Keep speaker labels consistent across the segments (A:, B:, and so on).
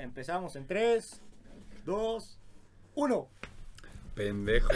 A: Empezamos en 3, 2, 1.
B: Pendejo.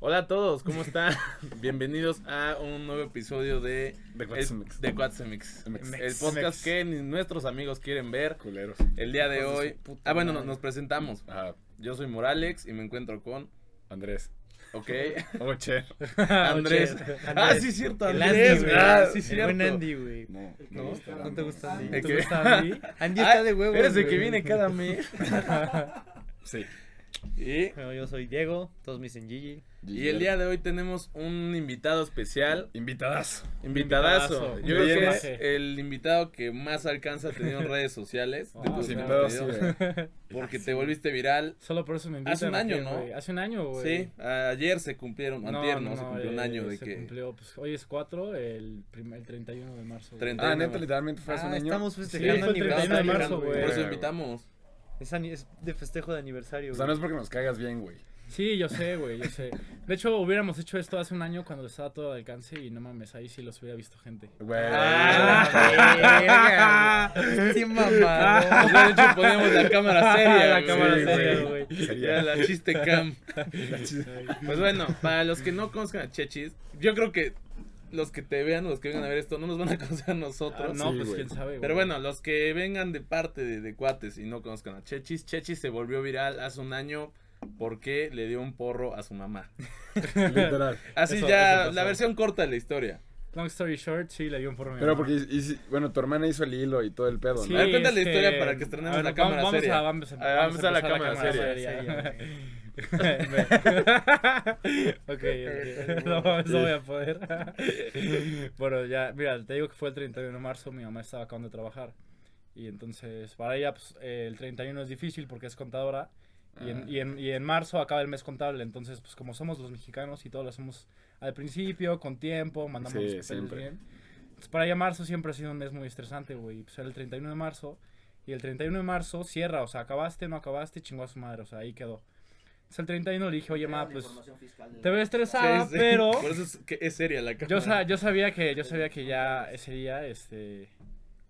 C: Hola a todos, ¿cómo están? Bienvenidos a un nuevo episodio de
B: De
C: el-
B: Guatzemix.
C: de Quatsemix.
B: Mex.
C: El podcast que ni nuestros amigos quieren ver.
B: Culeros.
C: El día de
A: Hijos de su
C: hoy.
A: puta
C: Ah, bueno,
A: madre.
C: nos, nos presentamos.
B: Ah,
C: Yo soy Moralex y me encuentro con.
B: Andrés.
C: Ok.
B: Oche.
C: Andrés.
D: Oye,
C: Ah, sí, cierto,
D: El
C: Andrés.
D: Andy, güey.
C: ah, sí,
D: El
C: cierto.
D: buen Andy, güey.
B: No, me
C: ¿No?
B: gusta
D: ¿No te gusta Andy?
C: ¿De
D: ¿No te
C: qué? Ah,
D: gusta Andy? Andy está de huevo.
C: Eres el que viene cada mes.
B: Sí.
C: Y,
D: yo soy Diego, todos me dicen Gigi.
C: y el día de hoy tenemos un invitado especial.
B: Invitadas.
C: Invitadazo.
D: Invitadazo.
C: Yo creo que es
D: Invitadazo.
C: el invitado que más alcanza ha tenido en redes sociales. de
E: Ah,
C: todos
B: Los
E: sí,
C: los
B: invitados, sí, Ah,
C: contenidos,
B: güey.
C: Porque te volviste viral.
E: Solo por eso me invitan.
C: Hace un
E: a
C: año,
E: ti,
C: ¿no?
E: güey. Hace un año, güey.
C: Sí, ayer se cumplieron, antier no, se cumplió un
E: eh,
C: año de
E: se
C: que...
E: cumplió, pues, hoy es 4, el, prim- el 31 de marzo. güey.
C: 30.
B: Ah, neta, literalmente fue hace un
D: Ah,
B: año.
D: estamos
E: Sí, fue
D: festejando
E: el 31 de
D: aniversario.
E: marzo,
C: Por
E: güey.
C: eso
B: güey.
C: invitamos.
D: Es, ani- es de festejo de aniversario,
B: O sea, no
D: güey.
B: es porque nos caigas bien, güey.
E: Sí, yo sé, güey, yo sé. De hecho, hubiéramos hecho esto hace un año cuando estaba todo al alcance y no mames, ahí sí los hubiera visto gente.
B: Güey.
D: Ah, la verga, güey. Sí, mamá.
C: O sea, de hecho ponemos la cámara seria,
E: Ah, La
C: güey.
E: cámara
C: Sí,
E: seria,
C: güey.
E: güey.
C: Ya
B: Sería
C: la chiste cam.
B: la chida.
C: Pues bueno, para los que no conozcan a Chechis, yo creo que los que te vean, los que vengan a ver esto, no nos van a conocer a nosotros.
E: Ah, no,
B: sí,
E: pues
B: güey.
E: quién sabe, güey.
C: Pero bueno, los que vengan de parte de, de cuates y no conozcan a Chechis, Chechis se volvió viral hace un año porque le dio un porro a su mamá.
B: Literal.
C: Así
E: Eso-
C: ya,
E: eso pasó.
C: la versión corta de la historia.
E: Long story short, sí, le dio un porro a mi
B: Pero
E: mamá.
B: porque, hici- bueno, tu hermana hizo el hilo y todo el pedo,
E: Sí,
C: A
B: ¿no?
C: ver, cuéntale
E: es
C: la historia para que estrenemos
E: a ver,
C: la
E: vamos-
C: cámara
E: vamos
C: seria.
E: A, vamos, a,
C: A ver, vamos a la
E: empezar
C: cámara
E: seria. ok, ok. No, mames, no voy a poder. bueno, ya, mira, te digo que fue el 31 de marzo, mi mamá estaba acabando de trabajar. Y entonces, para ella, pues, eh, el 31 es difícil porque es contadora.
C: Ah.
E: Y en, y, en, y en marzo acaba el mes contable, entonces pues como somos los mexicanos y todo lo hacemos al principio, con tiempo, mandamos
B: Sí,
E: los papeles
B: siempre.
E: bien. Entonces, para ella marzo siempre ha sido un mes muy estresante, güey. Pues era el 31 de marzo y el 31 de marzo cierra, o sea, acabaste, no acabaste, chingó a su madre, o sea, ahí quedó. Entonces el 31 le dije, oye, ma, pues te veo estresada,
C: Sí, sí.
E: Ah, pero
C: Por eso es, que es seria la cámara.
E: yo, sa- yo sabía que yo sabía que ya ese día, este,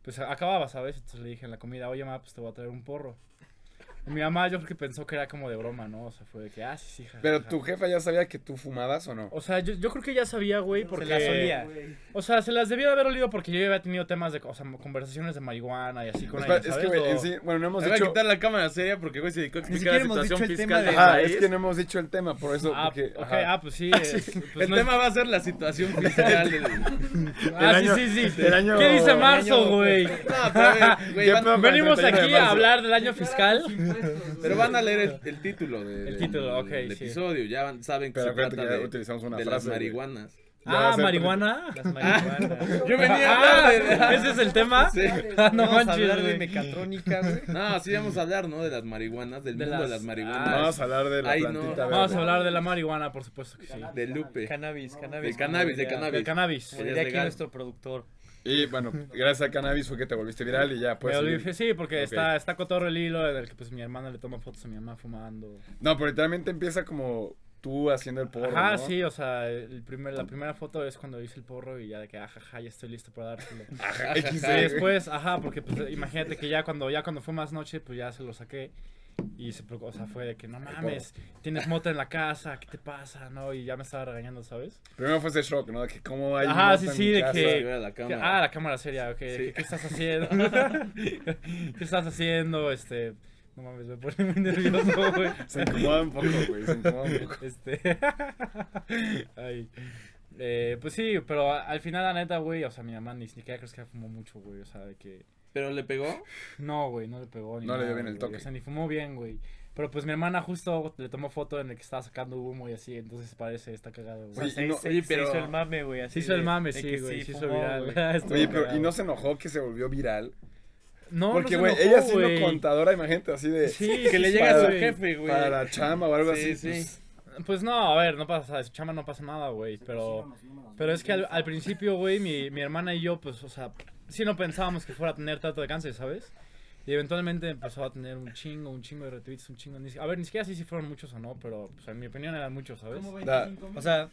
E: pues acababa, ¿sabes? Entonces le dije en la comida, oye, ma, pues te voy a traer un porro. Y mi mamá yo creo que pensó que era como de broma, ¿no? O sea, fue de que, ah, sí, sí, ja, ja,
B: Pero
E: ja".
B: tu jefa ya sabía que tú fumabas o no.
E: O sea, yo, yo creo que ya sabía, güey, porque...
D: la solía.
E: O sea, se las debía de haber olido porque yo ya había tenido temas de, o sea, conversaciones de marihuana y así con
B: Espera,
E: ella,
B: es
E: ¿sabes?
B: que, güey, en
E: Lo-
B: sí, bueno, no hemos
C: Voy a
B: dicho.
C: quitar la cámara seria porque güey se dedicó a
D: Ni
C: explicar la
D: siquiera hemos
C: situación
D: dicho el
C: fiscal
D: tema
C: del
D: de-
B: Ajá,
C: país.
B: es que no hemos dicho el tema, por eso.
E: Ah,
B: porque,
E: ok,
B: ajá.
E: ah, pues sí. eh, pues
C: el
E: no-
C: tema va a ser la situación fiscal del... No,
E: Ah,
B: del año-
E: sí, sí, sí.
B: del año-
E: ¿Qué dice
B: del
E: marzo,
D: año-
E: güey?
C: pero a ver, güey,
B: ¿Qué
C: van-
B: pedo con el
E: Venimos
B: 31 de
E: aquí a
B: marzo?
E: hablar del año fiscal.
C: pero van a leer el, el título de-
E: El
C: del-
E: título, ok,
C: del
E: sí.
C: episodio. Ya van- saben que
B: Pero
C: se
B: acuérdate
C: trata
B: que ya
C: de,
B: utilizamos una
C: de las
B: frase. güey.
C: marihuanas.
B: Ya va a
E: Ah,
B: ser-
E: marihuana.
D: Las marihuanas.
C: Yo venía a
E: Ah,
C: hablar de...
E: ese es el tema.
C: Sí.
E: Ah, no
D: No vamos a
E: manches,
D: hablar de
E: güey.
D: mecatrónica, güey.
C: No, sí vamos a hablar, ¿no? De las marihuanas, del
E: De
C: mundo de
E: las-
C: las marihuanas.
E: Ah,
B: Vamos a hablar de la
C: Ay, no.
B: plantita verde.
E: Vamos a hablar de la marihuana, por supuesto que sí.
C: de Lupe.
D: Cannabis, cannabis.
C: Del cannabis, del
D: como diría-
C: cannabis.
E: Del cannabis.
D: Como
C: Sí, es
D: diría aquí
C: legal.
D: nuestro productor.
B: Y bueno, gracias a cannabis fue que te volviste viral y ya, pues.
E: Pero dije, sí, porque
B: Ok.
E: está, está cotorro el hilo en el que pues mi hermana le toma fotos a mi mamá fumando.
B: No, pero literalmente empieza como tú haciendo el porro.
E: Ajá,
B: ¿no?
E: sí, o sea, el primer, la primera foto es cuando hice el porro y ya de que, ajaja, ya estoy listo para dárselo.
B: XD,
E: Y después, ajá, porque pues imagínate que ya cuando, ya cuando fue más noche, pues ya se lo saqué. Y se, preocu- o sea, fue de que no mames, tienes mota en la casa, ¿qué te pasa? ¿No? Y ya me estaba regañando, ¿sabes?
B: Primero fue ese shock, ¿no? De que cómo hay.
E: Ajá,
B: mota
E: sí,
B: en
E: sí,
B: mi
E: de
B: casa.
E: que-
C: Mira la
E: Que-
C: cámara.
E: ah, la cámara seria, ok. de
C: Sí.
E: que, ¿Qué estás haciendo? ¿Qué estás haciendo? Este. No mames, me pone muy nervioso, güey.
B: Se incomoda un poco, güey. Se incomoda un poco.
E: Este. Ay. Eh, pues sí, pero a- al final, la neta, güey, o sea, mi mamá ni ni siquiera crees que fumó mucho, güey. O sea, de que.
C: ¿Pero le pegó?
E: No, güey, no le pegó ni
B: No le dio
E: nada,
B: bien el
E: güey,
B: toque.
E: O sea, ni fumó bien, güey. Pero pues mi hermana justo le tomó foto en el que estaba sacando humo y así, entonces parece, está cagado,
D: O sea,
E: güey.
B: Oye,
D: se,
B: no-
D: se-
C: oye,
D: se
C: pero-
D: hizo el mame, güey. así
E: Se hizo el
D: de-
E: mame,
D: de
E: sí,
D: que
E: güey. Se hizo
D: fumó,
E: viral.
D: güey.
E: Estuvo
B: Oye, pero ¿y
E: cagado.
B: no se enojó que se volvió viral?
E: No, no
B: Porque,
E: se
B: güey,
E: enojó,
B: ella siendo
E: güey.
B: contadora, imagínate, así de.
E: Sí,
C: Que le
E: sí,
C: llega a su
E: güey.
C: jefe, güey.
B: Para la chamba o algo
C: Sí,
B: así.
C: sí.
B: pues,
E: Pues no, a ver, no pasa, de su chama no pasa nada, güey,
D: pues
E: pero... Pero es que al, al principio, güey, mi, mi hermana y yo, pues, o sea, sí no pensábamos que fuera a tener tanto de cáncer, ¿sabes? Y eventualmente empezó a tener un chingo, un chingo de retweets, un chingo... ni si- a ver, ni siquiera sé si fueron muchos o no, pero, pues, en mi opinión eran muchos, ¿sabes?
B: da-
D: O sea,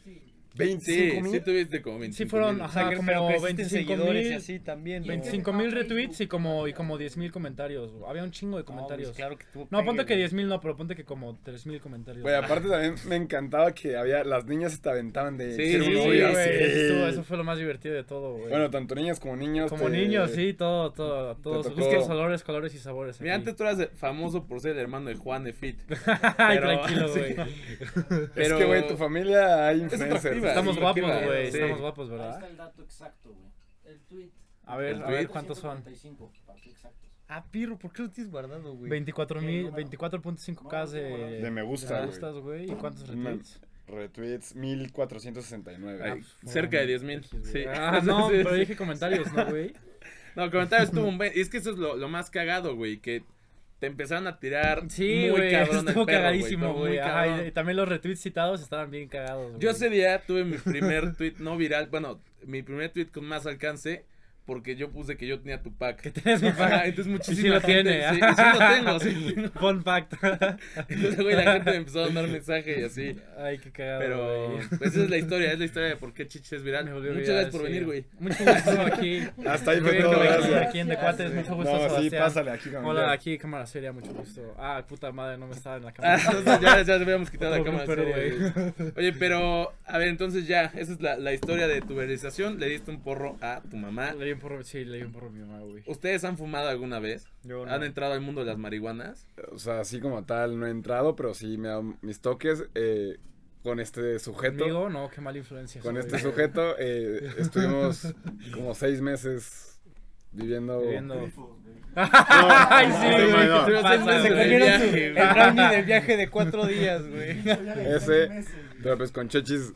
B: ¿25
C: Sí, sí
B: mil?
C: tuviste como 25
E: Sí fueron,
C: mil.
D: O sea,
E: ajá,
D: que-
E: como
D: pero 25
E: 25
D: seguidores y
E: mil.
D: así también. ¿no?
E: 25 mil retweets y como, y como 10 mil comentarios. güey. Había un chingo de
D: No, pues,
E: comentarios.
D: claro que tuvo
E: No, ponte
D: pegue,
E: que
D: güey.
E: 10 mil no, pero ponte que como 3 mil comentarios.
B: Güey, aparte también me encantaba que había las niñas se te aventaban de
C: Sí,
E: Sí,
B: ser un
E: güey,
B: novio.
E: eso,
B: sí.
E: estuvo- eso fue lo más divertido de todo, güey.
B: Bueno, tanto niñas como niños. te-
E: como
C: este,
E: niños, sí, todo, todo, todos
B: tocó.
E: gustos, olores, colores y sabores.
C: Mira,
E: aquí.
C: antes tú eras de- famoso por ser el hermano de Juan de Fit.
E: Ay,
C: pero-
E: tranquilo,
C: sí.
E: güey.
C: Pero-
B: Es que, güey, tu familia hay influencers.
C: atractiva.
E: Estamos
C: Sí,
E: guapos,
C: tranquila,
E: güey.
C: sí.
E: Estamos guapos,
F: Ahí está
E: ¿verdad?
F: el dato exacto, güey. El tweet.
E: A ver,
C: El
E: a ver
C: tweet.
E: cuántos son.
F: 145, para ser exactos.
D: Ah, Pirro, ¿por qué lo tienes guardado, güey?
E: 24 mil,
F: número?
E: 24.5k de,
B: De me gusta,
E: me
B: güey.
E: gustas, güey. ¿Y cuántos
B: Mm.
E: retweets?
B: Retweets 1469.
C: Ay,
E: pues, fueron
C: cerca de 10 mil.
E: X,
C: Sí.
E: güey. Ah, no,
C: Sí,
E: pero
C: sí.
E: dije comentarios, ¿no, güey?
C: No, comentarios tuvo un buen. Es que eso es lo, lo más cagado, güey. Que te empezaron a tirar
E: Sí,
C: muy
E: güey,
C: cabrón.
E: estuvo
C: el perro,
E: cagadísimo,
C: estuvo muy
E: güey. Ajá,
C: cabrón.
E: y también los retweets citados estaban bien cagados, güey.
C: Yo ese día tuve mi primer tweet no viral. Bueno, mi primer tweet con más alcance. Porque yo puse que yo tenía tu pack.
E: que tienes mi
C: Ajá,
E: pack.
C: entonces
E: Y
C: muchísimo.
E: sí lo tiene.
C: Sí,
E: ah.
C: y sí lo tengo, sí.
E: Fun fact.
C: Entonces, güey, la gente me empezó a mandar mensaje y así.
E: Ay, qué cagado,
C: Pero,
E: güey.
C: pues esa es la historia, es la historia de por qué Chiche es viral.
E: Me
C: Muchas
E: volvió viral,
C: gracias por
E: sí.
C: venir, güey.
E: Mucho gusto aquí.
B: Hasta ahí
E: Qué
B: fue
E: bien
B: todo,
E: que me
B: gracias.
E: quieren aquí en De Cuates, mucho gusto,
B: No, sí,
E: Sebastián.
B: pásale aquí con
E: Hola, aquí cámara seria, mucho gusto. Ah, puta madre, no me estaba en la
C: Ah,
E: cámara.
C: entonces ya, ya habíamos quitado la
E: Otro
C: cámara.
E: Rupert,
C: seria, güey. Oye, pero, a ver, entonces ya, esa es la, la historia de tu viralización. Le diste un porro a tu mamá.
E: Leí un porro, sí, leí un porro a mi mamá, güey.
C: ¿Ustedes han fumado alguna vez?
D: Yo no.
C: ¿Han entrado al mundo de las marihuanas?
B: O sea, así como tal, no he entrado, pero sí me he dado mis toques eh, con este sujeto.
E: Conmigo, no, qué mala influencia.
B: Con
E: soy,
B: este
E: güey.
B: sujeto eh, estuvimos como seis meses viviendo.
E: Viviendo.
B: Ay,
E: sí,
B: no,
E: güey,
B: no.
E: ¿qué te pasa,
C: Se
E: güey?
D: Se
C: del
D: comieron su,
C: viaje,
D: el
C: güey.
D: brownie del viaje de cuatro días, güey.
B: Ese, pero pues con Chechis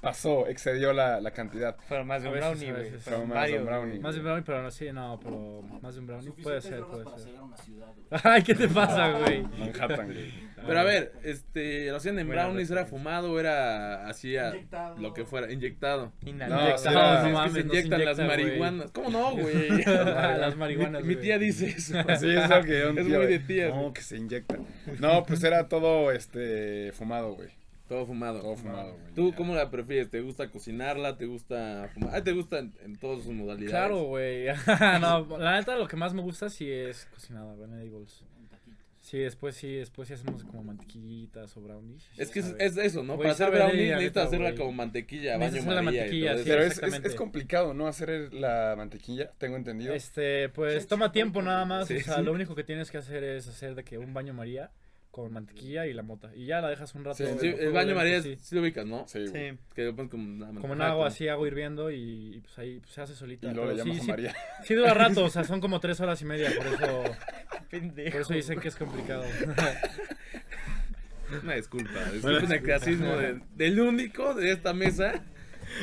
B: pasó, excedió la, la cantidad.
D: Fueron más de un
E: A veces,
D: brownie,
E: a
D: güey.
E: veces.
D: Fueron
B: Fueron más de un
D: varios,
B: brownie.
D: güey.
E: Más de un brownie, pero no, sí, no, pero más de un brownie. Puede
F: Suficientes
E: ser,
F: drogas
E: puede
F: para
E: ser.
F: llegar a una ciudad, güey.
E: Ay, ¿qué te pasa, güey?
B: Manhattan, güey.
C: Pero a ver, este, ¿lo hacían en
E: Buena
C: brownies? ¿Era
E: referencia.
C: fumado o era así a
F: Inyectado.
C: lo que fuera? Inyectado. Ah,
D: Inhalado.
B: No,
E: Inyectados,
B: sí era-
E: no
C: es
E: mames,
C: que se
E: nos
C: inyectan las
E: inyectan, güey.
C: marihuanas. ¿Cómo no, güey?
E: Las marihuanas,
C: Mi, mi
E: güey.
C: tía dice eso.
B: Pues Sí, es lo que yo
C: Es
B: tío,
C: muy de
B: güey.
C: tías, güey.
B: No, que se inyecta. No, pues era todo este fumado, güey.
C: Todo fumado.
B: Todo fumado, güey.
C: ¿Tú
B: ya.
C: cómo la prefieres? ¿Te gusta cocinarla? ¿Te gusta fumar? Ah, ¿Te gusta en, en todas sus modalidades?
E: Claro, güey. no, la neta, lo que más me gusta sí es cocinada, Banana Eagles.
F: En taquitos.
E: Sí, después sí, después sí hacemos como mantequillitas o brownies.
C: Es que es,
E: ¿sabes?
C: es eso, ¿no?
E: Güey,
C: Para hacer
E: sabe de
C: brownies
E: ella,
C: necesitas
E: neta,
C: hacerla
E: güey.
C: como mantequilla, baño
E: Necesitas hacer la
C: María
E: mantequilla,
C: y todo
E: sí.
B: Pero es, es,
E: exactamente.
B: es complicado, ¿no? Hacer la mantequilla, tengo entendido.
E: Este, pues
F: Sí,
E: toma
F: sí,
E: tiempo
F: sí.
E: nada más.
C: Sí,
E: o sea,
C: sí.
E: lo único que tienes que hacer es hacer de que un baño María con mantequilla y la mota. Y ya la dejas un rato.
B: Sí,
E: en
C: Sí,
E: fuego
C: el baño
E: lento,
C: María es-
E: sí.
C: sí lo ubicas, ¿no?
B: Sí, güey.
D: Sí.
C: Que lo pones como, una
E: Como en
C: mantequilla,
E: agua, así agua hirviendo y, y, pues ahí pues, se hace
B: Y
E: solita.
B: luego le
E: pero
B: llamas
E: sí,
B: a
E: sí,
B: María.
E: sí dura rato, o sea, son como tres horas y media, por eso, por
D: Pendejo.
E: eso dicen que es complicado.
C: Una disculpa. Disculpen el clasismo de- del único de esta mesa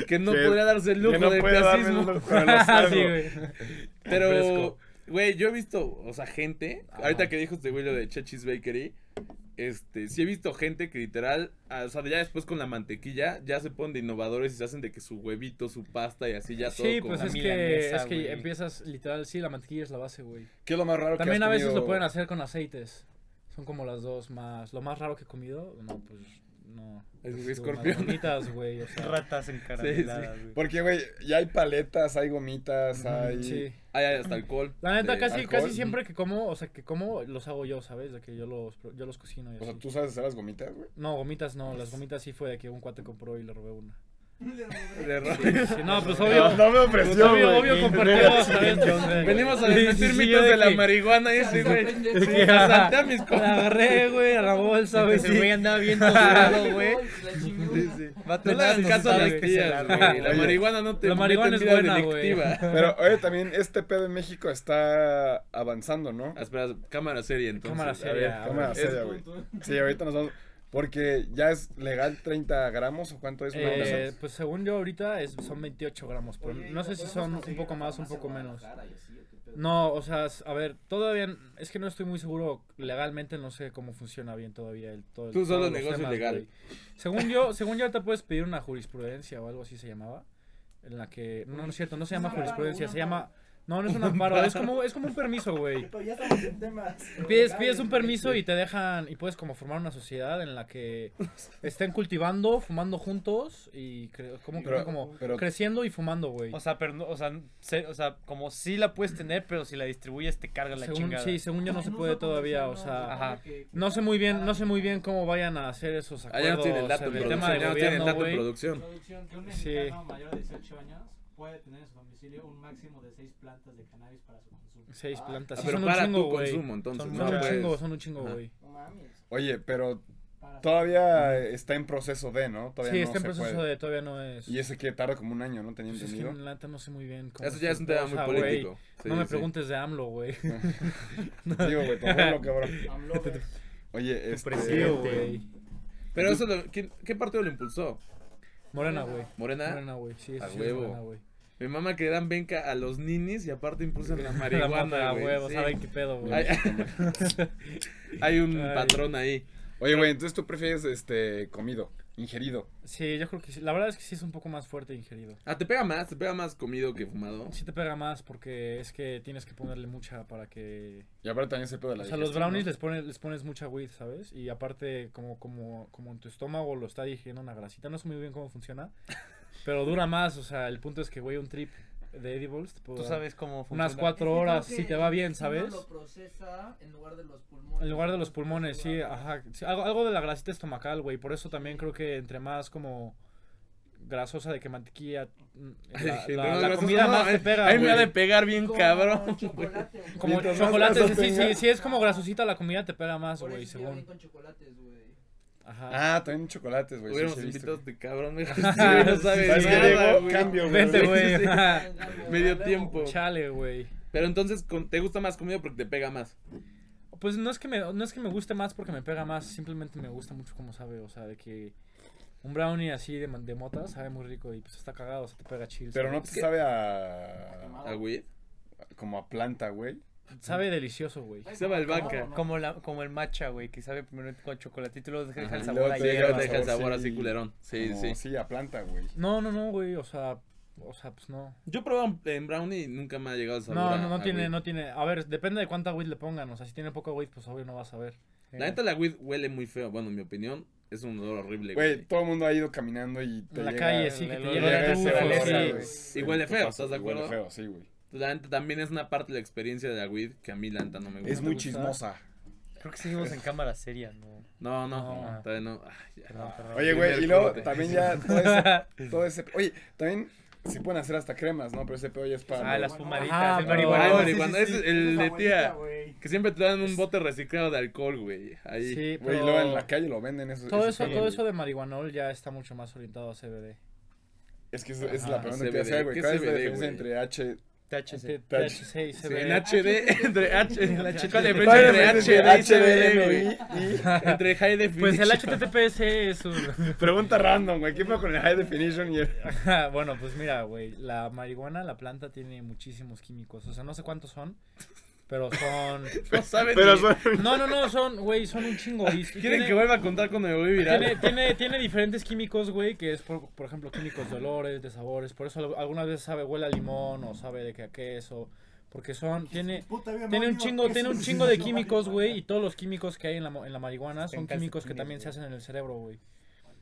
C: que no
B: Que-
C: podría darse el lujo
B: Que no
C: de
B: puede darme
C: clasismo.
B: lo- pero lo salvo.
E: Ah, sí, güey.
C: Pero,
E: Fresco.
C: güey, yo he visto, o sea, gente.
E: Ajá.
C: Ahorita que dijo este güey lo de Chechis Bakery. Este, sí he visto gente que literal, ah, o sea, ya después con la mantequilla, ya se ponen de innovadores y se hacen de que su huevito, su pasta y así ya todo.
E: Sí,
C: como-
E: pues
D: la
E: es que,
D: milanesa,
E: es que
D: güey.
E: empiezas literal, sí, la mantequilla es la base, güey.
B: ¿Qué es lo más raro que
E: También
B: has
E: a veces
B: comido?
E: lo pueden hacer con aceites. Son como las dos más. Lo más raro que he comido, no, pues no.
C: Es un
E: Digo,
C: escorpión.
E: Las gomitas, güey, o sea.
D: Ratas encarameladas, güey.
B: Porque, güey, ya hay paletas, hay gomitas, hay...
E: Sí.
C: Hay hasta alcohol.
E: La neta,
C: de
E: casi,
B: alcohol.
E: casi siempre que como, o sea, que como, los hago yo, ¿sabes? De que yo los, pro- yo los cocino y
B: O sea,
E: así.
B: ¿tú sabes hacer las gomitas, güey?
E: No, gomitas no, las gomitas sí fue de que un cuate compró y le robé una.
C: de ron.
E: Sí, no, pues obvio.
B: no me
E: pues,
B: ofreció,
E: obvio,
B: güey.
E: obvio compartimos, ¿sabes?
C: Venimos a
E: Sí, sí,
C: desmentir
E: sí,
C: mitos
E: yo
C: de la
E: que-
C: marihuana y ese güey.
F: Depende,
E: que-
C: Asalté a mis
E: La
C: compas.
E: agarré, güey, a la bolsa, güey.
D: Ese
E: Sí.
D: güey andaba bien tosurado, güey.
F: La chingona.
D: Va a
C: No le hagan
D: tener
C: caso a
E: sabe
C: las
E: que
C: tías, güey. La
B: Oye,
C: marihuana no te
E: la marihuana es
C: entidad
E: buena, güey.
B: Pero, oye, también este pedo en México está avanzando, ¿no?
C: Ah, espera, cámara seria entonces.
E: Cámara ah,
C: a
E: seria,
C: ver.
E: a
B: Cámara
E: ver.
B: seria, güey. Sí, ahorita nos vamos... Porque ya es legal 30 gramos o cuánto es una
E: Eh,
B: cosa?
E: pues según yo ahorita es, son 28 gramos, pero
F: Oye, ¿y
E: no
F: la
E: sé si
F: podemos
E: son un
F: conseguir
E: poco
F: en
E: más, un
F: farmacia
E: poco
F: de
E: menos.
F: Guadalajara y así, o qué pedo?
E: No, o sea, s- a ver, todavía n- es que no estoy muy seguro legalmente, no sé cómo funciona bien todavía el todo. el-
C: Tú solo
E: todos los
C: negocio ilegal.
E: güey. Según yo, según yo te puedes pedir una jurisprudencia o algo así se llamaba, en la que no, no es cierto, no se llama
F: Un amparo,
E: jurisprudencia,
F: un
E: se llama No, no es un amparo, es como, es como un permiso, güey.
F: Pero ya estamos en temas.
E: Pides, pides un permiso y te dejan, y puedes como formar una sociedad en la que estén cultivando, fumando juntos y cre- como,
B: Pero-
E: como
B: pero-
E: creciendo y fumando, güey.
D: O sea, pero no- o sea, se- o sea, como sí la puedes tener, pero si la distribuyes te carga la
E: Según,
D: chingada.
E: sí, según yo no se puede todavía, o sea,
D: Ajá.
E: no sé muy bien, no sé muy bien cómo vayan a hacer esos
C: Ah, ya no
E: acuerdos
C: tienen dato en
E: en el tema
C: producción.
E: de
C: Ya no tienen
E: gobierno,
C: dato en
E: güey.
C: producción.
F: Producción que un
E: Sí.
F: mexicano mayor de 18 años puede tener en su domicilio un máximo de 6 plantas de cannabis para su consumo.
E: Seis plantas,
C: Ah,
E: sí,
C: pero
E: son un
C: para
E: chingo,
C: tu
E: güey.
C: consumo, entonces.
E: Son
C: no
E: un
C: puedes.
E: chingo, son un chingo,
C: Ajá.
E: güey.
F: No mames.
B: Oye, pero
F: Para
B: todavía está en proceso de, ¿no? Todavía
E: Sí,
B: no
E: está en
B: se
E: proceso
B: puede.
E: de todavía no es.
B: Y ese que tarda como un año, ¿no? Tenía
E: Pues es que
B: entendido.
E: en Atlanta no sé muy bien cómo
C: Eso ya es un tema
E: está,
C: muy
E: o sea, güey,
C: político.
E: no
C: Sí,
E: me
C: sí. Este,
E: preguntes de AMLO, güey.
B: Digo, güey, tu abuelo, cabrón. Este,
F: Amlovers.
B: Oye, este...
D: presidente.
E: güey.
C: Pero eso, lo- ¿quién- ¿qué partido lo impulsó?
E: Morena, güey.
C: ¿Morena?
E: Morena, güey. Sí,
C: A
E: eso sí es
C: huevo.
E: Morena, güey.
C: Mi mamá que dan venca a los ninis y aparte impulsan la
E: La mata,
C: marihuana,
E: a
C: güey,
E: huevo,
C: sí.
E: saben qué pedo, güey.
C: Hay, hay un
E: Ay.
C: patrón ahí.
B: Oye, güey, entonces tú prefieres, este, comido, ingerido.
E: Sí, yo creo que sí. La verdad es que sí es un poco más fuerte ingerido.
C: Ah, te pega más, te pega más comido que fumado.
E: Sí te pega más porque es que tienes que ponerle mucha para que...
B: Y aparte también se pedo de la
E: o sea, los
B: digestión,
E: brownies
B: ¿no?
E: les, pones, les pones mucha weed, ¿sabes? Y aparte, como, como, como en tu estómago lo está digiriendo una grasita, no sé muy bien cómo funciona, pero dura más. O sea, el punto es que, güey, un trip de edibles te puede
D: Tú
E: dar
D: sabes cómo funciona.
E: unas cuatro horas si te va bien, ¿sabes?
G: Uno lo procesa en lugar de los pulmones. Ah,
E: En lugar de los pulmones, sí,
G: Claro.
E: ajá. sí, algo, algo de la grasita estomacal, güey. Por eso también creo que entre más como grasosa de que mantequilla, mm, la,
C: Dije,
E: la-
C: no,
E: la
C: gracias,
E: comida
C: no,
E: más
C: a
E: te
C: mí-
E: pega,
C: A mí me ha
E: güey.
C: de pegar bien
G: Como
C: cabrón. güey.
G: chocolate, güey.
E: Como
B: Mientras más
E: chocolate,
B: grasa
E: sí, sí,
B: tenga.
E: sí, es como grasosita la comida te pega más,
G: Por
E: güey,
G: eso según.
E: según.
G: chocolates, güey.
E: Ajá.
B: Ah, también chocolates, güey.
E: Pues
B: sí,
C: Hubiéramos
B: sí he visto,
C: invitado
B: güey.
C: de cabrón. güey, sí, güey, no sabes
B: ¿Sabes qué,
C: nada,
B: Diego?
C: güey.
B: Cambio, güey.
E: Vente, güey.
C: Sí, sí.
E: ajá.
C: Medio tiempo.
E: Chale, güey.
C: Pero entonces, con- ¿te gusta más comido porque te pega más?
E: Pues no es que me no es que me guste más porque me pega más, simplemente me gusta mucho como sabe, o sea, de que un brownie así de, man- de mota sabe muy rico y pues está cagado, o sea, te pega chill.
B: Pero no
E: ¿sabes?
B: te sabe a...
C: ¿A weed?
B: Como a planta, güey.
E: sabe delicioso, güey.
C: Se va el vaca.
D: Como, la, como el matcha, güey, que sabe primero con chocolatito y luego deja
C: Ajá.
D: el
B: Y
D: sabor
B: luego
D: ahí.
B: te
C: Ya te
B: el
C: deja el
B: sabor,
C: sabor así
B: sí.
C: culerón. Sí,
B: Como-
C: sí.
B: Sí, a planta, güey.
E: No, no, no, güey, o sea, o sea, pues no.
C: Yo probé en brownie y nunca me ha llegado el sabor.
E: No,
C: a-
E: no, no
C: a
E: tiene,
C: weed.
E: no tiene. A ver, depende de cuánta weed le pongan. O sea, si tiene poca weed, pues obvio no vas a ver.
C: La neta, la weed huele muy feo. Bueno, en mi opinión, es un olor horrible,
B: Güey, todo el mundo ha ido caminando y te
E: En la
B: llega-
E: calle, sí,
D: el
E: que te
D: olor
E: llega
D: de
E: el
D: ese
E: tufo,
D: olor,
E: sí.
D: güey.
C: Y huele feo,
B: Paso,
C: ¿estás de
B: y huele
C: acuerdo?
B: feo, sí, güey.
C: Pues, La neta también es una parte de la experiencia de la weed que a mí la neta no me gusta.
B: Es muy
E: gusta?
B: chismosa.
D: Creo que seguimos en cámara seria, ¿no?
C: No, no,
E: No.
C: no, todavía no. Ah, Ay, ya.
D: Perdón, perdón.
B: Oye, güey,
C: Primer
B: y luego
C: corte.
B: también ya todo ese, todo ese- Oye, también se pueden hacer hasta cremas, ¿no? Pero ese pedo ya es para...
D: Ah, las fumaditas,
E: Ajá,
D: el
E: pero-
C: Ah,
E: Ay,
D: marihuana.
E: no,
C: marihuana,
E: sí, sí,
C: es
E: sí.
C: el de tía.
F: güey.
C: Que siempre te dan un bote reciclado de alcohol, güey. Ahí.
E: Sí,
B: Güey,
E: pero
B: y luego en la calle lo venden eso.
E: todo
B: ese
E: eso,
B: pedo,
E: todo
B: güey.
E: eso de marihuanol ya está mucho más orientado a CBD.
B: Es que es, es
E: Ajá,
B: la pregunta que te
C: CBD.
B: hacía, güey.
C: ¿Qué
B: ¿Cuál es la
C: CBD,
B: diferencia
C: güey?
B: entre H...
D: THC.
E: THC y CBD.
C: En
E: Ah,
C: HD, entre H, en la
D: HD.
C: ¿Cuál es la diferencia entre HD y CBD, güey?
B: HDMI
C: Entre High Definition.
E: Pues el HTTPS es un...
B: y... Pregunta random, güey. ¿Qué fue con el High Definition y el...
E: Ajá, bueno, pues mira, güey, la marihuana, la planta tiene muchísimos químicos. O sea, no sé cuántos son, pero son...
C: No Pues, saben
B: Pero
C: ni-
B: son-
E: No, no, no, son, güey, son un chingo. y- y
C: ¿Quieren
E: tiene-
C: que vuelva a contar cuando me voy viral?
E: Tiene, tiene, tiene diferentes químicos, güey, que es, por, por ejemplo, químicos de olores, de sabores. Por eso al- algunas veces sabe, huele a limón o sabe de que a queso. Porque son, tiene,
F: Puta, bien,
E: tiene un
F: moño,
E: chingo,
F: ¿qué
E: tiene
F: es
E: un
F: eso?
E: chingo de químicos, güey. Y todos los químicos que hay en la, mo- en la marihuana
D: Está en
E: son químicos que
D: calcetines,
E: también se
D: güey.
E: hacen en el cerebro, güey.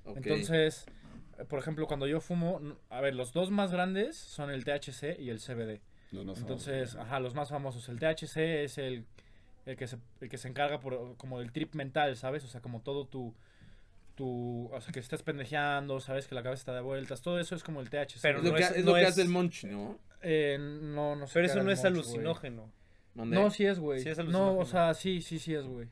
C: Ok.
E: Entonces, eh, por ejemplo, cuando yo fumo, n- a ver, los dos más grandes son el THC y el CBD. Entonces, ajá, los más famosos. El THC es el, el, que, se, el que se encarga por, como del trip mental, ¿sabes? O sea, como todo tu, tu... O sea, que estás pendejeando, ¿sabes? Que la cabeza está de vueltas. Todo eso es como el THC.
D: Pero
C: Es lo
E: güey.
D: no
C: que,
D: es-
C: es lo
D: no
C: que
D: es-
C: hace el Monch, ¿no?
E: Eh, no, no sé.
D: Pero
E: qué
D: eso
E: era
D: no
E: el
D: es
E: monch, güey.
D: alucinógeno. ¿eh?
C: Mande.
E: No, sí es, güey.
D: Sí es
E: no,
D: alucinógeno.
E: o sea, sí, sí, sí es, güey.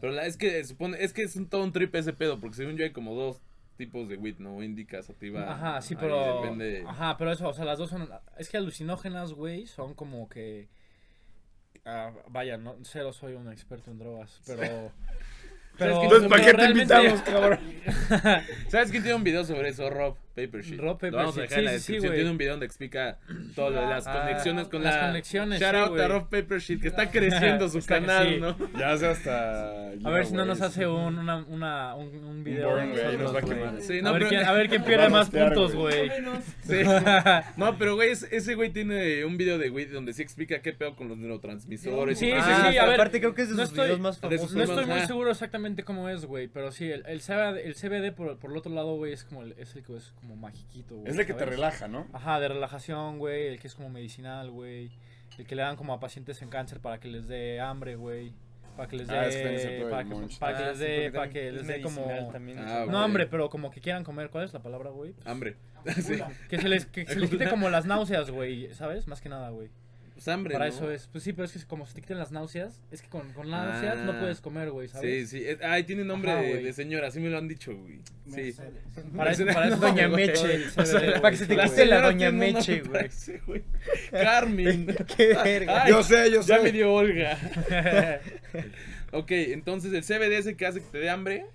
C: Pero la, es que supone, es que es un, todo un trip ese pedo, porque según yo hay como dos tipos de weed, ¿no? Indica, sativa.
E: Ajá, sí,
C: ahí
E: pero...
C: depende.
E: Ajá, pero eso, o sea, las dos son... Es que alucinógenas, güey, son como que... ah, vaya, no, cero soy un experto en drogas, pero... Pero-
C: quién-
A: Entonces, ¿para qué te
D: Realmente-
A: invitamos, cabrón?
C: ¿Sabes quién tiene un video sobre eso? Rob Paper Sheet.
E: Rob Paper
C: Lo vamos a
E: Sheet,
C: dejar en
E: sí,
C: la
E: sí, sí,
C: descripción.
E: güey.
C: tiene un video donde explica todo lo de las
D: Ah,
C: conexiones con
D: las
C: la.
D: conexiones,
C: Shout
D: sí,
C: out a
D: güey.
C: Rob Paper Sheet, que está creciendo su
E: Está que
C: canal,
E: sí.
C: ¿no?
B: Ya hace hasta.
E: A ver si no nos
B: giveaways.
E: hace un, una, una- un, un video.
B: burn,
E: de
B: güey,
E: nosotros,
B: nos va a
E: güey.
B: quemar.
C: Sí,
E: a,
C: no,
E: ver
C: pero,
E: quién, a ver quién pierde
B: Vamos
E: más
B: a tear,
E: puntos,
B: güey.
E: güey.
G: Menos.
C: sí. No, pero güey, es- ese güey tiene un video de güey donde sí explica qué pedo con los neurotransmisores.
E: Sí,
C: y-
E: sí,
D: Ah,
E: sí, a ver.
D: aparte creo que es de
E: no
D: sus
E: estoy-
D: videos más
C: de sus
D: famosos.
E: No estoy muy
C: Ajá.
E: seguro exactamente cómo es, güey. Pero sí, el, el CBD, el CBD por, por el otro lado, güey, es como el, es el que es como magiquito, güey.
B: Es de que te
E: ¿sabes?
B: relaja, ¿no?
E: Ajá, de relajación, güey. El que es como medicinal, güey. El que le dan como a pacientes en cáncer para que les dé hambre, güey. Para que les dé.
B: Ah, es que ese pedo
E: para,
B: del
E: que,
B: munch.
E: para que
D: Ah,
E: les
D: sí,
E: dé.
D: porque
E: Para
D: también
E: que les
D: es
E: dé como.
D: medicinal también,
C: Ah,
E: No,
C: güey.
E: hambre, pero como que quieran comer. ¿Cuál es la palabra, güey?
C: Hambre. Sí.
E: Que se les, que se les quite como las náuseas, güey. ¿Sabes? Más que nada, güey.
C: Pues hambre.
E: Para
C: ¿no?
E: eso es. Pues sí, pero es que como se te quiten las náuseas, es que con, con náuseas no
C: Ah.
E: puedes comer, güey,
C: Sí,
E: ¿sabes?
C: sí. es- Ay, tiene nombre
E: Ajá,
C: de,
E: güey.
C: de señora, así me lo han dicho, güey. Sí.
E: Para eso,
C: No,
E: para eso Doña
C: güey.
E: Meche. el
D: O sea,
E: CBD,
D: para que se te
E: güey.
D: quite la
C: señora
D: doña
C: tiene un
D: Meche,
C: nombre
D: güey.
C: ese, güey. Carmen.
D: Qué verga.
C: Ay,
B: Yo sé, yo
C: Ya me
B: sé.
C: dio Olga. ok, entonces el CBD es el que hace que te dé hambre.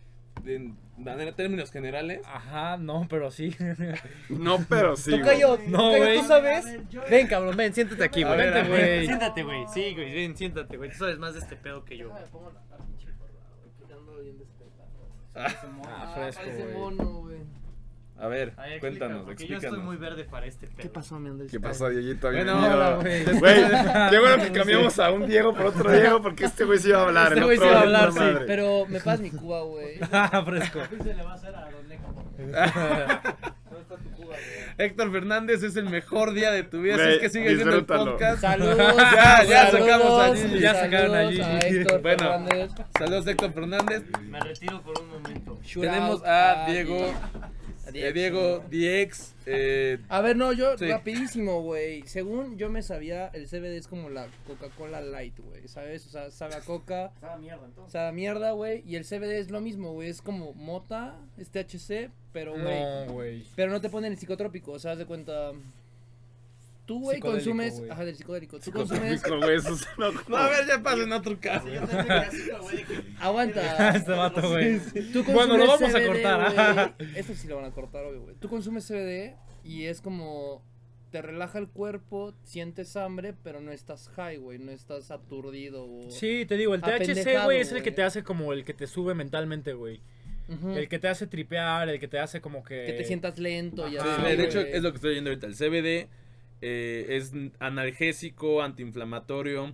C: En manera- términos generales.
E: Ajá, no, pero sí.
B: No, pero sí.
D: Tú
B: güey.
D: callo,
G: güey.
E: No,
D: no,
E: güey.
D: ¿tú sabes?
G: A ver, yo-
D: Ven, cabrón, ven, siéntate aquí,
E: A
D: güey.
E: ver,
D: Vente,
E: güey.
D: güey. Siéntate, güey. Sí, güey, ven, siéntate, güey. Tú sabes más de este pedo que yo, güey.
G: Déjame pongo la- la pinche gorra, güey, porque ando bien despertado.
E: Ah, fresco,
G: parece
E: güey.
G: mono, güey.
C: A ver,
D: A ver,
C: cuéntanos,
D: explica, porque
C: explícanos.
D: Yo estoy muy verde para este pedo.
G: ¿Qué pasó, mi Andrés?
B: ¿Qué pasó, Dieguito?
C: Bueno,
B: Bienvenido.
C: hola,
E: güey.
B: Güey, qué bueno que cambiamos a un Diego por otro Diego porque este güey sí iba a hablar.
E: Este
B: el
E: güey sí
B: otro
E: iba a
B: vale
E: hablar,
B: pura
E: sí,
B: madre.
G: Pero me pasas mi Cuba, güey.
E: Ah, fresco.
F: ¿Qué se le va a hacer a Don Neco?
G: ¿Dónde está tu Cuba, güey?
C: Héctor Fernández es el mejor día de tu vida.
B: Güey,
C: si es que sigue haciendo el
B: disfrútalo.
C: podcast.
G: Saludos.
C: Ya, ya sacamos a
G: saludos,
C: Gigi.
E: Ya sacaron a Gigi.
G: saludos Héctor
C: Bueno.
G: Fernández.
C: Saludos, Héctor Fernández.
D: Me retiro por un momento.
G: Shout
C: Tenemos
G: out
C: a eh, Diego,
G: a
C: eh, Diego Diex. Eh,
G: A ver, no, yo
C: Sí.
G: rapidísimo, güey. Según yo me sabía, el CBD es como la Coca-Cola Light, güey. ¿Sabes? O sea, sabe a coca,
F: Está mierda, entonces.
G: sabe a mierda, güey. Y el CBD es lo mismo, güey. Es como mota, es THC, pero, güey.
E: No, güey.
G: Pero no te ponen el psicotrópico, o sea, haz de cuenta. Tú, güey,
E: Psicodélico,
G: consumes.
E: güey.
G: Ajá, del psicodélico. Tú consumes.
B: Psicotrópico, güey, eso es una-
C: no, a ver, ya pasen a otro caso.
G: Aguanta.
E: Este vato, güey.
G: Tú consumes
E: Bueno, lo vamos a
G: CBD,
E: cortar,
G: güey. Esto sí lo van a cortar, obvio, güey. Tú consumes CBD y es como. Te relaja el cuerpo, sientes hambre, pero no estás high, güey. No estás aturdido, güey.
E: Sí, te digo, el THC,
G: Apendejado,
E: güey, es el que
G: güey. Mm.
E: te hace como el que te sube mentalmente, güey. El que te hace tripear, el que te hace como que.
G: Que te sientas lento y
E: Ajá,
G: así.
E: Ah,
C: Sí, de
G: güey.
C: hecho, es lo que estoy leyendo ahorita. El CBD eh, es n- analgésico, antiinflamatorio.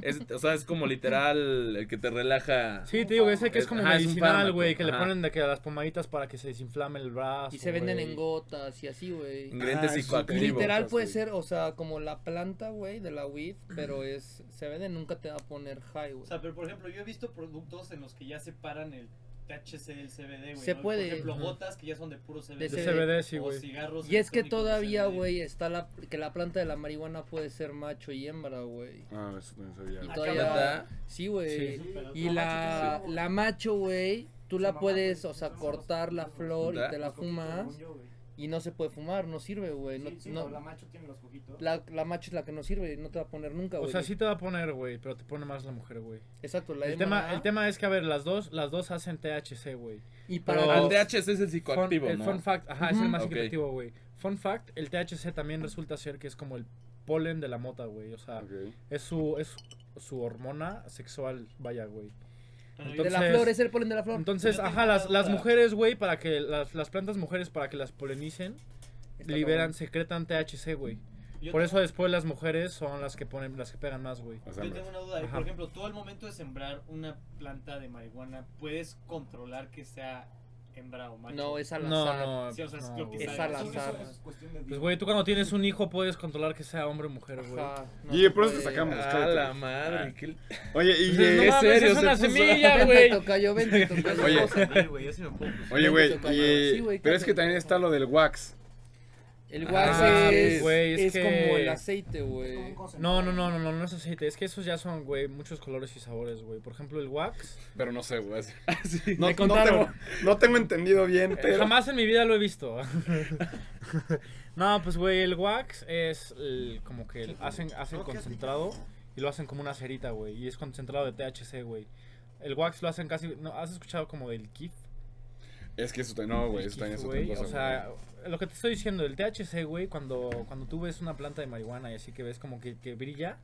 C: Es, o sea, es como literal el que te relaja.
E: Sí, te digo, ese que
C: Ah,
E: es
C: Es-
E: como
C: ajá, es un
E: medicinal,
C: fármaco,
E: güey, que le
C: ajá.
E: ponen de que a las pomaditas para que se desinflame el brazo.
G: Y se venden
E: güey.
G: en gotas y así, güey.
C: Ingredientes
B: Ah, es un
G: Y
C: psicoactivos.
G: literal
B: Botas,
G: puede
B: güey.
G: ser, o sea, como la planta, güey, de la weed, pero es CBD nunca te va a poner high,
H: O
G: güey.
F: pues.
H: sea, pero por ejemplo, yo he visto productos en los que ya separan el THC del CBD, güey.
G: Se
H: ¿no?
G: puede.
H: Por ejemplo,
E: Ujú.
H: gotas que ya son de puro CBD.
G: De
E: De CBD, sí,
H: o
E: güey.
H: cigarros
G: Y es que
H: electrónicos de
G: todavía,
H: CBD.
G: güey, está la que la planta de la marihuana puede ser macho y hembra, güey.
B: Ah, eso también sabía.
G: Y
B: güey.
G: todavía
C: ¿Neta?
G: Sí, güey.
E: Sí.
G: Y la la macho, güey, tú la
F: mamá,
G: puedes,
F: güey,
G: o sea,
F: son
G: cortar la
F: los-
G: flor y
C: ¿Verdad?
G: te la
F: Los coquitos,
G: fumas
F: según yo, güey.
G: y no se puede fumar, no sirve, güey. No,
F: Sí, sí,
G: no-
F: pero la macho tiene los coquitos.
G: la, la macho es la que no sirve, no te va a poner nunca,
E: O
G: güey.
E: sea, sí te va a poner, güey, pero te pone más la mujer, güey.
G: Exacto, la
E: El
G: hembra-
E: tema, el tema es que, a ver, las dos, las dos hacen THC, güey.
G: y
E: pero-
G: para
C: Al
G: los-
C: THC es el
E: Fun-
C: psicoactivo,
E: el
C: ¿no?
E: fun fact, ajá, es el
G: Ujú.
E: más
C: Ok.
E: efectivo, güey. Fun fact, el THC también resulta ser que es como el polen de la mota, güey. O sea,
B: Ok.
E: es su, es su hormona sexual, vaya, güey.
G: de la
E: entonces-
G: flor, es el polen de la flor.
E: Entonces,
H: Yo tengo
E: ajá, las,
H: una
E: las
H: duda.
E: mujeres, güey, para que las, las plantas mujeres para que las polinicen,
G: Está
E: liberan,
G: cabrón.
E: secretan THC, güey.
H: Yo
E: Por
H: te-
E: eso después las mujeres son las que ponen, las que pegan más, güey.
B: O sea,
H: Yo tengo una duda.
D: eh,
E: Ajá.
H: Por ejemplo, tú al momento de sembrar una planta de marihuana, ¿puedes controlar que sea hembra o macho?
G: No, es al
E: No,
G: azar.
E: no,
H: Sí, o sea, es
E: no,
H: lo que
E: güey.
G: Es
H: salga.
G: al
H: Eso-
G: azar.
H: eso es cuestión de-
E: Pues, güey, tú cuando tienes un hijo puedes controlar que sea hombre o mujer, güey.
G: Ajá, no
B: Y
G: se
B: por eso te
G: puede.
B: sacamos.
C: A Ah, la madre.
B: Ah.
C: qué-
B: Oye, y,
E: Entonces,
B: eh,
E: no mames,
C: serio
E: es
C: se
E: una
C: puso?
E: semilla,
G: Vente,
E: güey.
G: tocayo, vente, tocayo.
B: Oye.
D: Vamos a ver, güey, yo sí me puedo.
B: oye, güey,
G: Sí,
B: y,
G: güey,
B: eh,
G: cállate.
B: pero es que también está lo del wax.
G: El
E: Ah,
G: wax es,
E: güey, es
G: es
E: que-
G: como el aceite, güey.
E: No, no, no, no, no, no es aceite. Es que esos ya son, güey, muchos colores y sabores, güey. Por ejemplo, el wax.
B: Pero no sé, güey.
C: Sí.
B: No,
E: Me
B: no
E: contaron.
B: tengo, no tengo entendido bien, pero.
E: Jamás en mi vida lo he visto. no, pues, güey, el wax es el- como que el- hacen, hacen concentrado y lo hacen como una cerita, güey. Y es concentrado de THC, güey. el wax lo hacen casi. ¿no? ¿Has escuchado como del kif?
B: Es que eso también. No, güey, eso
E: El
B: también es
E: kif,
B: otra
E: güey,
B: cosa.
E: O sea, lo que te estoy diciendo, el THC, güey, cuando, cuando tú ves una planta de marihuana y así que ves como que, que brilla.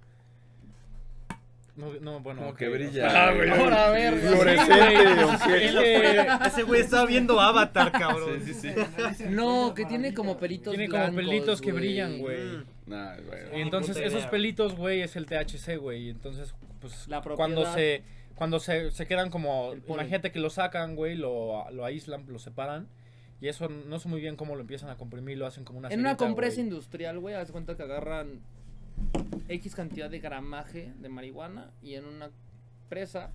E: No, no, bueno.
C: Como
E: ok,
C: que
E: o sea,
C: brilla.
B: Ah, güey.
G: Ahora a ver, güey.
B: Fluorescente,
E: Es
B: objeto.
E: que
H: Ese güey estaba viendo Avatar, cabrón.
C: Sí, sí, sí.
G: No, que tiene como pelitos
E: tiene como
G: blancos,
E: pelitos que
G: güey.
E: brillan, güey.
B: Nah, güey.
E: Y entonces
H: puta
E: esos
H: idea.
E: pelitos, güey, es el THC, güey. Y entonces, pues,
G: La
E: cuando
G: propiedad.
E: se cuando se, se quedan como...
G: El polen.
E: Imagínate que lo sacan, güey, lo, lo aíslan, lo separan. Y eso no sé muy bien cómo lo empiezan a comprimir, lo hacen como una...
G: En una
E: cerita,
G: compresa
E: güey.
G: industrial, güey, haz de cuenta que agarran X cantidad de gramaje de marihuana y en una presa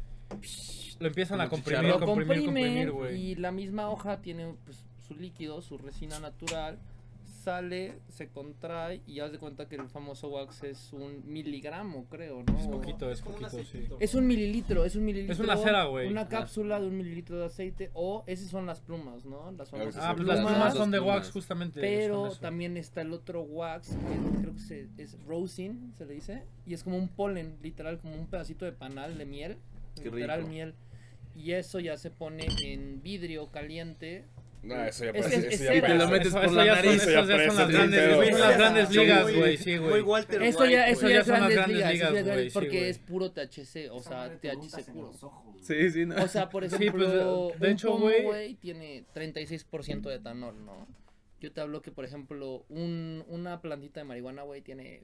E: Lo empiezan a
C: Como
E: comprimir,
G: lo
C: chicharrón.
E: comprimir, comprimir,
G: comprimen
E: güey.
G: y la misma hoja tiene pues, su líquido, su resina natural, sale, se contrae y haz de cuenta que el famoso wax es un miligramo, creo, ¿no?
E: Es poquito, es
H: Como un
E: poquito, sí.
H: aceitito.
G: Es un mililitro, es un mililitro.
E: una cera, güey. Ah.
G: Una
E: Ajá.
G: cápsula de un mililitro de aceite o esas son las plumas, ¿no? Las
B: Claro que
G: famosas
B: sí.
E: Ah, pues las
B: Plumas,
E: plumas son de
B: plumas.
E: wax justamente. son
G: pero
E: eso.
G: también está el otro wax, que creo que se- es rosin, se le dice, y es como un polen, literal, como un pedacito de panal de miel,
C: Qué
G: literal
C: rico.
G: miel. Y eso ya se pone en vidrio caliente.
B: No, eso ya
G: Es-
B: parece. eso
G: es- es
B: ya
G: cera.
B: parece-
C: Te lo metes
E: Eso-
C: por
E: eso
C: la
E: ya son-
C: nariz,
E: eso
B: ya
E: ya son
B: parece
E: las grandes,
B: dinero.
E: güey, son las grandes
H: Muy-
E: ligas, güey, sí,
H: Muy
E: güey.
H: Walter
G: Eso ya,
H: White,
G: eso
E: güey.
G: ya
E: Ya
G: es
E: son las
G: grandes
E: grandes
G: ligas,
E: ligas,
G: sí, es
E: güey, sí,
G: porque
E: güey.
G: es puro THC, o sea, THC puro.
C: Sí, sí, no.
G: O sea, por
E: Sí,
G: ejemplo,
E: pues, de
G: un
E: hecho,
G: pomo,
E: güey-
G: güey, tiene 36% de etanol, ¿no? Yo te hablo que, por ejemplo, un, una plantita de marihuana, güey, tiene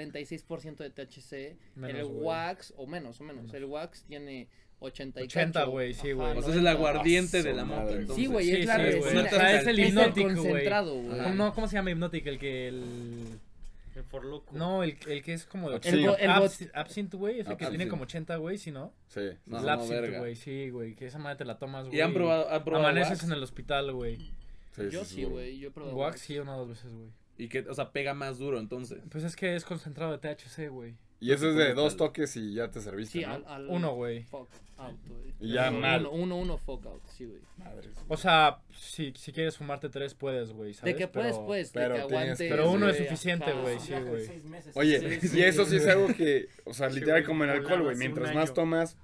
G: 36% de THC.
E: Menos,
G: el
E: güey.
G: wax, o menos, o menos. El wax tiene 80 y
E: 80,
G: cacho.
E: güey, sí,
G: Ajá,
C: O
E: güey.
C: sea, Pues es
G: 90.
C: el aguardiente
B: Su
C: de la mota.
B: madre.
C: entonces.
G: Ah, Sí, güey,
E: Sí,
G: es la
E: sí, güey.
G: resina,
C: O sea, es
G: es
C: el
G: el
E: hipnótico, güey.
G: concentrado, güey.
E: ¿Cómo- No, ¿cómo se llama hipnótico? El que el...
H: El forloco.
E: No, el, el que es como de
B: El Sí.
G: bo- el bot-
E: Abs- Absinthe, güey, es el que tiene
B: Absinthe.
E: como 80, güey, si no.
B: Sí,
C: No,
E: el
C: no,
E: Absinthe,
B: verga.
E: güey, sí, güey, que esa madre te la tomas, güey.
C: ¿Y han probado, han probado
E: Amaneces
C: wax?
E: en el hospital, güey.
B: sí,
G: Yo sí, güey, yo he probado.
E: Wax sí una o dos veces, güey.
C: Y que, o sea, pega más duro, entonces.
E: Pues es que es concentrado de THC, güey.
B: Y eso es de dos
C: Brutal.
B: toques y ya te serviste.
G: Sí,
B: ¿no?
G: al, al-
E: Uno, güey.
G: Fuck out, güey.
B: Y ya
G: Uno,
B: mal.
G: Uno, uno, uno, fuck out, sí, güey.
E: O sea, si, si quieres fumarte tres, puedes, güey, ¿sabes?
G: De que puedes,
E: Pero-
G: pues,
B: pero
G: de que
B: tienes-
G: aguantes.
E: Pero uno es
G: güey,
E: suficiente,
G: ajá.
E: güey, sí, güey.
B: Oye,
G: Sí,
B: y
G: sí,
B: eso sí
G: sí.
B: es algo que, o sea,
H: Sí,
B: literal
H: güey,
B: como en alcohol,
H: volaba
B: güey,
H: hace
B: mientras
H: un
B: más
H: año.
B: tomas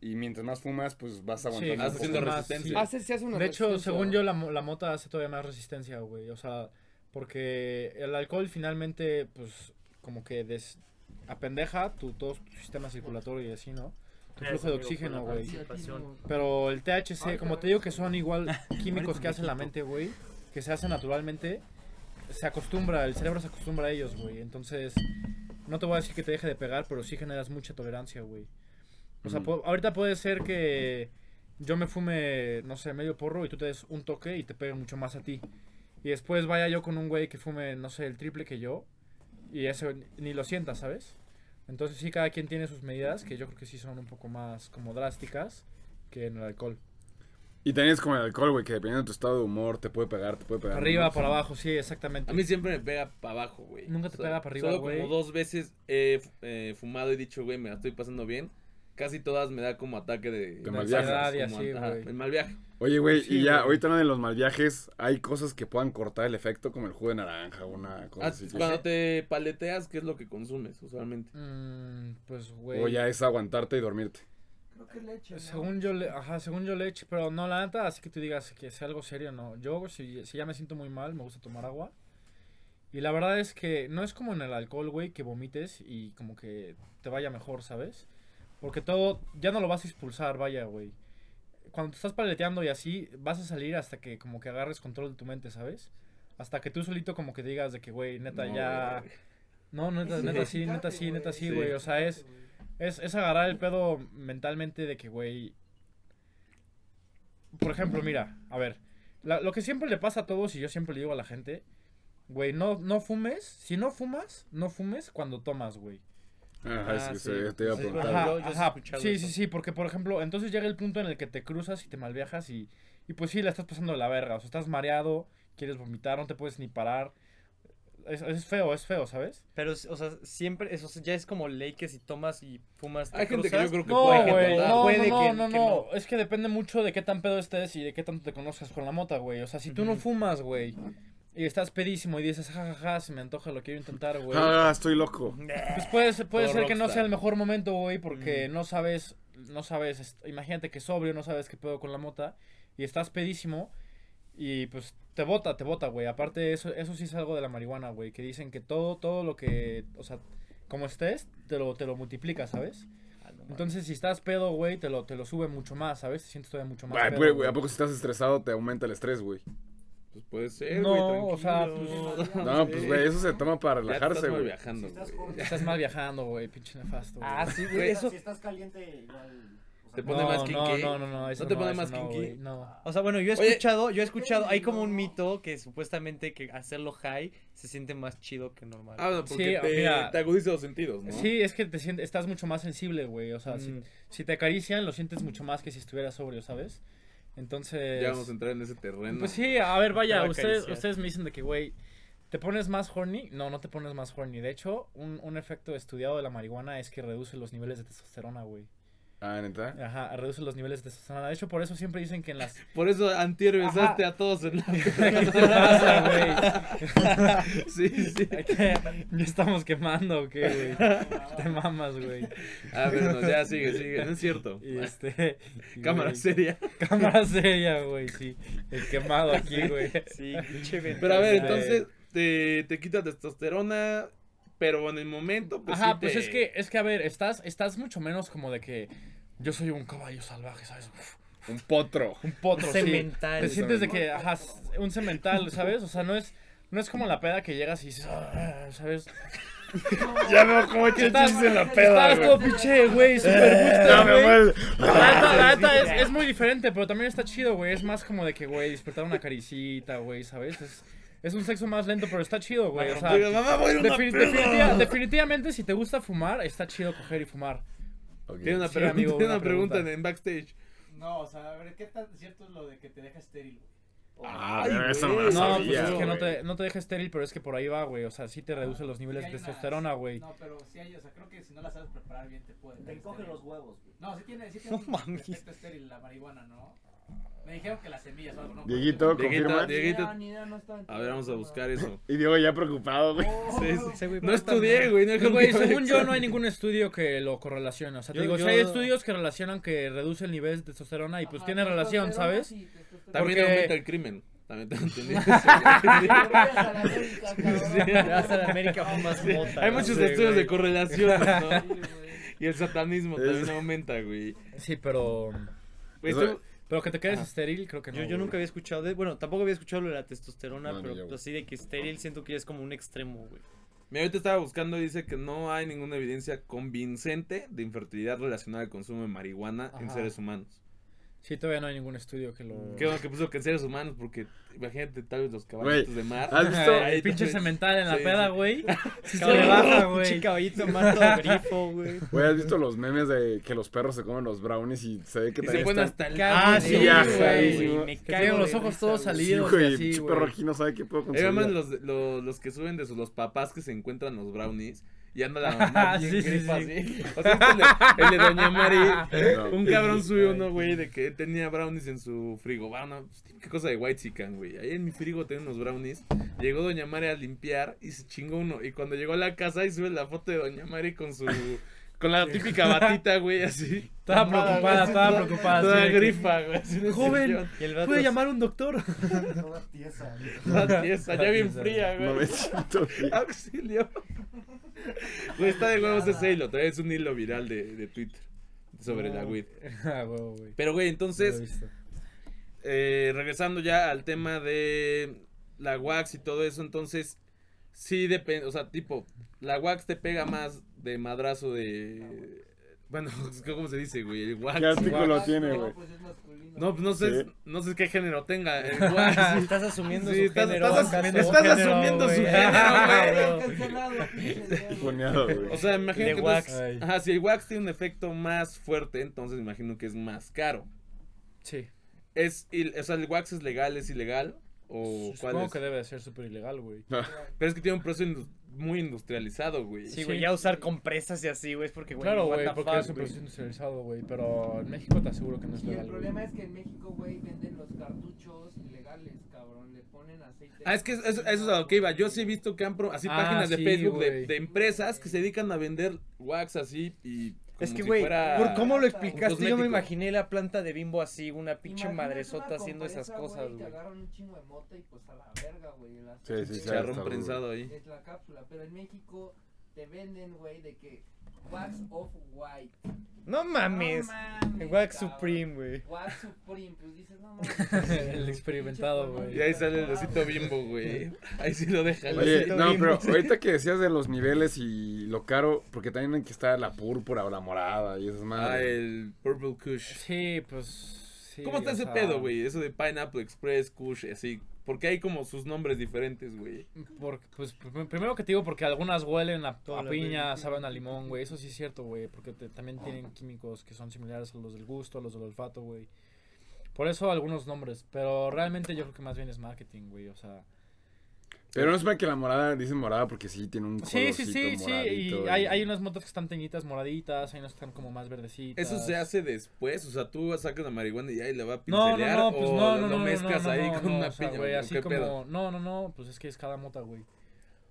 B: y mientras más fumas, pues vas aguantando.
E: Sí,
B: un
C: Vas
B: poco
C: haciendo
E: más,
C: resistencia.
G: Hace, se hace una
E: De hecho,
G: resistencia,
E: según
G: güey.
E: yo, la, mo- la mota hace todavía más resistencia, güey. O sea, porque el alcohol finalmente, pues, como que des apendeja tu, todo tu sistema circulatorio y así, ¿no? Tu
H: Eso,
E: flujo de
H: amigo,
E: oxígeno,
H: por la
E: güey.
H: parte.
E: Pero el THC, como te digo que son igual químicos que hace la mente, güey, que se hace naturalmente, se acostumbra, el cerebro se acostumbra a ellos, güey. Entonces, no te voy a decir que te deje de pegar, pero sí generas mucha tolerancia, güey. O sea,
B: Ujú.
E: po- ahorita puede ser que yo me fume, no sé, medio porro y tú te des un toque y te pegue mucho más a ti. Y después vaya yo con un güey que fume, no sé, el triple que yo y eso ni lo sienta, ¿sabes? Entonces sí, cada quien tiene sus medidas, que yo creo que sí son un poco más como drásticas que en el alcohol.
B: Y también es como el alcohol, güey, que dependiendo de tu estado de humor te puede pegar, te puede pegar.
E: Arriba,
B: menos.
E: para abajo, sí, exactamente.
C: A mí siempre me pega para abajo, güey.
E: Nunca te pega para arriba,
C: Solo
E: güey.
C: como dos veces he f- eh, fumado y dicho, güey, me la estoy pasando bien. Casi todas me da como ataque de...
B: De mal viaje.
C: ansiedad
E: Ansiedad y
C: como
E: así,
C: an- ajá,
E: güey.
C: el mal viaje.
B: Oye, güey,
E: Sí,
B: y ya,
E: güey.
B: ahorita hablando de los mal viajes, hay cosas que puedan cortar el efecto, como el jugo de naranja, una cosa
C: Ah,
B: así. que-
C: cuando te paleteas, ¿qué es lo que consumes usualmente?
E: Mm, pues, güey.
B: O ya es aguantarte y dormirte.
E: Según yo, le, ajá, según yo leche, pero no la neta, así que tú digas que sea algo serio, no. Yo, si, si ya me siento muy mal, me gusta tomar agua. Y la verdad es que no es como en el alcohol, güey, que vomites y como que te vaya mejor, ¿sabes? Porque todo, ya no lo vas a expulsar, vaya, güey. Cuando te estás paleteando y así, vas a salir hasta que como que agarres control de tu mente, ¿sabes? Hasta que tú solito como que digas de que, güey, neta,
B: No,
E: ya...
B: güey.
E: No, neta, neta, sí, neta, sí, neta, sí,
C: Sí.
E: güey. O sea, es... Es, es agarrar el pedo mentalmente de que, güey. Por ejemplo, mira, a ver. la- lo que siempre le pasa a todos y yo siempre le digo a la gente, güey, no, no fumes. Si no fumas, no fumes cuando tomas, güey.
B: Ajá,
C: Ah,
B: es
C: sí.
B: que se- te iba a
H: Sí,
B: preguntar.
E: Ajá,
H: yo- yo sí he
E: ajá,
H: escuchado
E: sí,
H: eso.
E: sí, sí, porque por ejemplo, entonces llega el punto en el que te cruzas y te malviajas y, y pues sí, la estás pasando de la verga. O sea, estás mareado, quieres vomitar, no te puedes ni parar. Es, es feo, es feo, ¿sabes?
H: Pero, o sea, siempre, eso ya es como ley que si tomas y fumas,
C: Hay gente que yo creo que
E: No,
C: puede
E: güey,
C: controlar.
E: no,
H: Puede
E: no,
H: que-
E: no,
H: que
E: no, Es que depende mucho de qué tan pedo estés y de qué tanto te conozcas con la mota, güey. O sea, si tú no
H: Ujú.
E: fumas, güey, y estás pedísimo y dices, jajaja, se me antoja, lo quiero intentar, güey.
B: Ah, estoy loco.
E: Pues puede, ser- puede
C: Todo
E: ser que no sea
C: rockstar.
E: el mejor momento, güey, porque no sabes no sabes, est- imagínate que sobrio, no sabes qué pedo con la mota y estás pedísimo y pues te bota, te bota, güey. Aparte eso eso sí es algo de la marihuana, güey, que dicen que todo todo lo que, o sea, como estés, te lo te lo multiplica, ¿sabes?
F: Ah,
E: Entonces, si estás pedo, güey, te lo, te lo sube mucho más, ¿sabes? Te sientes todavía mucho más
B: Ay,
E: pedo,
B: güey,
E: güey.
B: ¿a poco si estás estresado te aumenta el estrés, güey?
C: Pues puede ser,
E: No,
C: güey.
E: o sea,
C: tranquilo.
E: pues,
B: No, pues, güey, eso se toma para
C: Ya te estás
B: relajarse,
C: mal
B: güey.
C: viajando,
F: Si estás
C: güey.
F: gordo,
E: Estás mal viajando, güey, pinche nefasto. güey.
G: Ah, sí,
C: Güey,
G: güey. Eso.
I: Si estás caliente, igual. o sea,
C: Te
I: no-
C: pone
E: no,
C: más
E: no,
C: kinky.
E: no, no, no, eso
C: te pone
E: eso
C: más
E: no,
C: kinky? Ah,
E: güey, no.
D: O sea, bueno, yo he
C: Oye.
D: escuchado, yo he escuchado, hay como un mito que supuestamente que hacerlo high se siente más chido que normal.
C: Ah, bueno, porque
E: Sí,
C: te,
E: mira.
C: te agudiza los sentidos, ¿no?
E: Sí, es que te sientes, estás mucho más sensible, güey. O sea,
C: mm.
E: si, si te acarician, lo sientes mucho más que si estuvieras sobrio, ¿sabes? Entonces.
C: Ya vamos a entrar en ese terreno.
E: Pues sí, a ver, vaya,
D: Te va a
E: ustedes,
D: acariciar.
E: ustedes me dicen de que, güey, ¿te pones más horny? No, no te pones más horny. De hecho, un, un efecto estudiado de la marihuana es que reduce los niveles de testosterona, güey.
B: Ah, ¿neta?
E: Ajá, reduce los niveles de testosterona. De hecho, por eso siempre dicen que en las.
C: Por eso antier besaste a todos en la...
E: ¿Qué te pasa, güey?
C: sí, sí.
E: Ya estamos quemando, ¿o qué, güey? Te mamas, güey.
C: A ver, no, ya sigue, sigue. No es cierto.
E: Y este. y,
C: Cámara
E: güey,
C: seria.
E: Cámara seria, güey, sí. El quemado aquí, güey.
C: pues
D: Sí, pinche ventaja.
C: Pero a ver,
E: Ya,
C: entonces te, te quita testosterona, pero en el momento, pues
E: Ajá,
C: sí
E: pues
C: te-
E: es que, es que, a ver, estás, estás mucho menos como de que yo soy un caballo salvaje, ¿sabes? Uf,
B: Un potro.
E: un potro, sí.
D: Semental.
E: Te sientes de que, ajá, s- un cemental, ¿sabes? O sea, no es, no es como la peda que llegas y dices, "Ah", ¿sabes?
B: Ya veo cómo echa
E: Estás-
B: chistes en la peda,
E: Estás
B: güey. Eh,
E: todo pinche, güey, súper
B: Ya
E: gusta,
B: me
E: güey.
B: muero. Ah,
E: La neta, la neta es, es muy diferente, pero también está chido, güey. Es más como de que, güey, despertar una caricita, güey, ¿sabes? Es, es un sexo más lento, pero está chido, güey. O sea,
C: Oiga, mamá, voy a ir a una
E: defini-
C: peda.
E: definitiva- definitivamente, si te gusta fumar, está chido coger y fumar.
B: Ok.
C: Tiene una,
E: Sí,
C: pregunta,
E: amigo,
C: tiene
E: una
C: una pregunta
E: pregunta.
C: en backstage.
F: No, o sea, a ver, ¿qué tan cierto es lo de que te deja estéril, güey?
B: Ah, eso no me lo
E: No, pues
B: sabía,
E: es que no
B: güey.
E: te, no te deja estéril, pero es que por ahí va, güey. O sea, sí te reduce los niveles de
F: Porque hay unas-
E: testosterona, güey.
F: No, pero sí hay, o sea, creo que si no la sabes preparar bien te puede.
I: Te
F: dejar
I: encoge
F: estéril.
I: los huevos, güey.
F: No, sí tiene, sí tiene
D: No
F: un
D: mames.
F: efecto estéril la marihuana, ¿no? Me dijeron que las semillas o algo, ¿no?
B: Dieguito,
C: Dieguito,
B: confirma.
C: Dieguito.
G: Ni idea, no estaba
C: A ver, vamos a buscar eso.
B: Y Diego ya preocupado, güey.
G: Oh.
C: Sí, sí.
D: Ese güey
C: No
D: presta
C: estudié,
D: madre.
C: güey. No hay
E: Pues, Güey,
C: como-
E: según yo no hay ningún estudio que lo correlacione. O sea, te
D: Yo-
E: digo,
D: yo-
E: sí hay estudios que relacionan que reduce el nivel de testosterona y
G: Ah,
E: pues tiene relación, ¿sabes?
C: También
E: porque-
C: aumenta el crimen. También te entendí.
D: Te vas a la América fumas mota.
C: Hay
D: ¿no?
C: muchos
E: Sí,
C: estudios
E: güey.
C: de correlación, ¿no? Y el satanismo también aumenta, güey.
E: Sí, pero.
C: Pues
B: Eso-
C: tú-
E: Pero que te quedes
D: Ajá.
E: estéril, creo que no.
D: Yo, yo
E: güey.
D: nunca había escuchado de. Bueno, tampoco había escuchado lo de la testosterona,
B: No, ni
D: pero pues,
B: yo, güey.
D: así de que estéril siento que ya es como un extremo, güey.
C: Mira, ahorita estaba buscando y dice que no hay ninguna evidencia convincente de infertilidad relacionada al consumo de marihuana en
E: Ajá.
C: seres humanos.
E: Sí, todavía no hay ningún estudio que lo.
C: Qué bueno que puso que en seres humanos, porque imagínate tal vez los caballitos de mar.
B: ¿has visto?
E: Ay,
C: Ahí
E: pinche
C: también-
E: cemental en la
C: Sí,
E: peda,
C: sí.
E: güey. Sí, se
D: Cabrón,
E: le baja,
D: Pinche
E: güey.
D: caballito más todo grifo, güey.
B: Güey, ¿has visto los memes de que los perros se comen los brownies y se ve que
C: Y
B: también
C: se ponen
B: está...
C: hasta el...
B: Ah, sí, ajá,
D: güey.
B: güey.
D: Me
F: Pues,
E: Que
D: cago
E: tienen los
D: de
E: ojos
D: risa,
E: todos
D: güey.
B: Sí,
E: salidos.
B: güey,
E: y así,
B: pinche
E: güey.
B: perro aquí no sabe qué puedo
C: Eh,
B: conseguir.
C: mames, los, los, los que suben de sus los papás que se encuentran los brownies y anda la mamá bien
E: Ah, Sí, sí,
C: gripa
E: sí.
C: así. O sea, este el, de, el de Doña Mari.
B: No.
C: Un cabrón subió uno, güey, de que tenía brownies en su frigo. Bueno, pues, típica cosa de White Chicken, güey. Ahí en mi frigo tenía unos brownies. Llegó Doña Mari a limpiar y se chingó uno. Y cuando llegó a la casa y sube la foto de Doña Mari con su. Con la típica batita, güey, así.
E: Estaba
C: Mamada, güey,
E: preocupada,
C: así
E: estaba
C: toda-
E: preocupada.
C: Toda
E: así de que-
C: grifa, güey. así en el
D: Joven.
C: sillón.
D: Y el vato
E: ¿Puede llamar a un doctor?
I: Toda tiesa. güey.
C: Toda tiesa, ya bien
E: Toda tiesa,
C: fría, güey.
B: No me siento bien.
C: Ah, Auxilio. Güey, está de huevos ese hilo. Todavía es un hilo viral de, de Twitter sobre la weed.
E: Ah, huevo, güey.
C: Pero, güey,
E: Lo he
C: entonces,
E: visto.
C: eh, regresando ya al tema de la wax y todo eso, entonces, sí depende. O sea, tipo, la wax te pega más de madrazo de. Bueno, ¿cómo se dice, güey? El
B: ¿Qué
C: wax.
B: artículo tiene, güey?
C: No, pues no sé,
B: Sí.
C: no sé qué género tenga. El wax.
D: Estás asumiendo
C: Sí,
D: su
C: ah, estás-
D: género.
C: estás
D: ¿acaso?
C: asumiendo- estás
D: Género,
C: asumiendo su
D: güey.
C: género, güey.
B: Funeado, güey.
C: O sea, me imagino
D: De
C: que
D: wax.
C: entonces- ajá, si el wax tiene un efecto más fuerte, entonces me imagino que es más caro.
E: Sí.
C: Es, il- o sea, el wax es legal, es ilegal o cuál
E: Supongo
C: es?
E: que debe de ser súper ilegal, güey.
C: Pero es que tiene un precio indu- muy industrializado, güey.
D: Sí, güey, ya usar compresas y así, güey, es porque, güey,
E: Claro,
D: what
E: güey,
D: the
E: porque
D: fuck,
E: es un proceso industrializado, güey. Pero en México te aseguro que no es
I: Y el
E: legal, güey.
I: problema es que en México, güey, venden los cartuchos ilegales, cabrón.
G: cabrón. Le ponen aceite.
C: Ah, es que eso, eso es a lo que iba. Yo sí he visto que han pro- así
E: Ah,
C: páginas
E: sí,
C: de Facebook de,
E: güey.
C: de empresas que se dedican a vender wax así y. como
D: Es que,
C: si
D: güey,
C: fuera-
D: por cómo lo
C: un
D: explicaste, yo
C: cosmético.
D: me imaginé la planta de bimbo así, una pinche
G: Imagínate
D: madresota
G: una
D: haciendo esas
G: compresa,
D: cosas,
G: Te
D: güey.
G: agarran un chingo de mota y pues a la verga, güey. las-
B: Sí, sí, sí.
C: Chicharrón
B: está muy
C: prensado ahí.
G: Es la cápsula, pero en México te venden, güey, de que wax off white.
D: No mames.
G: No mames,
D: Wax
G: cabrón.
D: Supreme, güey.
G: Wax Supreme, pues dices, no mames.
E: El experimentado, güey.
C: Y ahí sale el osito bimbo, güey. Ahí sí lo dejan.
D: El
B: Oye,
D: osito
B: no,
D: bimbo.
B: pero ahorita que decías de los niveles y lo caro, porque también hay que estar la púrpura o la morada y esas
C: Ah,
B: madres.
C: el Purple Kush.
E: Sí, pues. sí,
C: ¿Cómo está
E: o
C: ese
E: sea,
C: pedo, güey? Eso de Pineapple Express, Kush, así. Porque hay como sus nombres diferentes, güey.
E: Porque, pues pr- primero que te digo, porque algunas huelen a,
D: Toda
E: a
D: la
E: piña,
D: verga.
E: saben a limón, güey. Eso sí es cierto, güey. Porque te- también tienen químicos que son similares a los del gusto, a los del olfato, güey. Por eso algunos nombres. Pero realmente yo creo que más bien es marketing, güey. O sea.
B: Pero no es para que la morada, dicen morada porque sí tiene un
E: Sí, sí, sí,
B: colorcito
E: sí.
B: moradito
E: Y hay, hay unas motos que están teñitas moraditas, hay unas que están como más verdecitas.
C: ¿Eso se hace después? O sea, tú sacas la marihuana y ahí le va a
E: Ah, No, no,
C: pincelear.
E: no, pues
C: o
E: no,
C: lo-
E: no, no,
C: lo
E: no,
C: mezclas
E: no,
C: ahí
E: no,
C: con
E: no,
C: una
E: o sea,
C: piña,
E: güey,
C: güey. ¿o
E: así
C: ¿Qué
E: como,
C: pedo?
E: no, no, no, pues es que es cada mota, güey.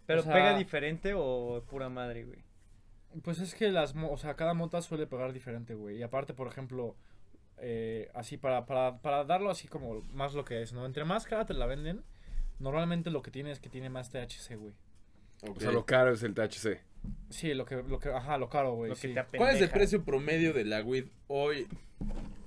D: ¿Pero
E: O sea-
D: pega diferente o pura madre, güey?
E: Pues es que las, mo- o sea, cada mota suele pegar diferente, güey. Y aparte, por ejemplo, eh, así para, para, para darlo así como más lo que es, ¿no? Entre más cara te la venden, normalmente lo que tiene es que tiene más THC, güey.
C: Ok.
B: O sea, lo caro es el THC.
E: Sí, lo que, lo que, ajá, lo caro, güey.
D: Lo
E: sí.
D: que te apendeja.
C: ¿Cuál es el precio promedio de la weed hoy,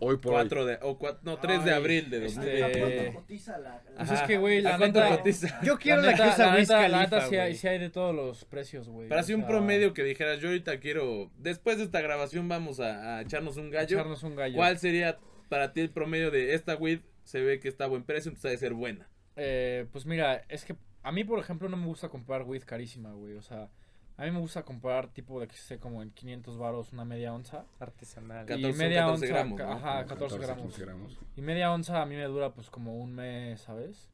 B: Hoy por hoy.
C: 4 de, o cua- no, 3 de
E: Ay,
C: abril de
E: este,
C: 2020?
I: ¿A
E: Eh,
I: cuánto cotiza la, la-
E: Pues es que, güey,
C: ¿A
E: la
C: cuánto
E: neta-
C: cotiza?
D: Yo quiero la,
E: neta-
D: que usa
E: la
D: Wiz
E: neta- la neta
D: Khalifa,
E: sí hay,
D: güey.
E: sí hay de todos los precios, güey.
C: Para
E: o
C: así un
E: sea,
C: promedio que dijeras, yo ahorita quiero, después de esta grabación vamos a, a echarnos un gallo.
E: echarnos un gallo.
C: ¿Cuál sería para ti el promedio de esta weed? Se ve que está a buen precio, entonces ha de ser buena.
E: Eh, pues mira, es que a mí, por ejemplo, no me gusta comprar weed carísima, güey. O sea, a mí me gusta comprar tipo de que esté como en 500 varos una media onza.
D: Artesanal.
C: Cat-
E: y
C: 14,
E: media
C: 14
E: onza,
C: gramos,
E: ca-
C: ¿no?
E: ajá, 14, ah, gramos.
B: 15 gramos.
E: Y media onza a mí me dura pues como un mes, ¿sabes?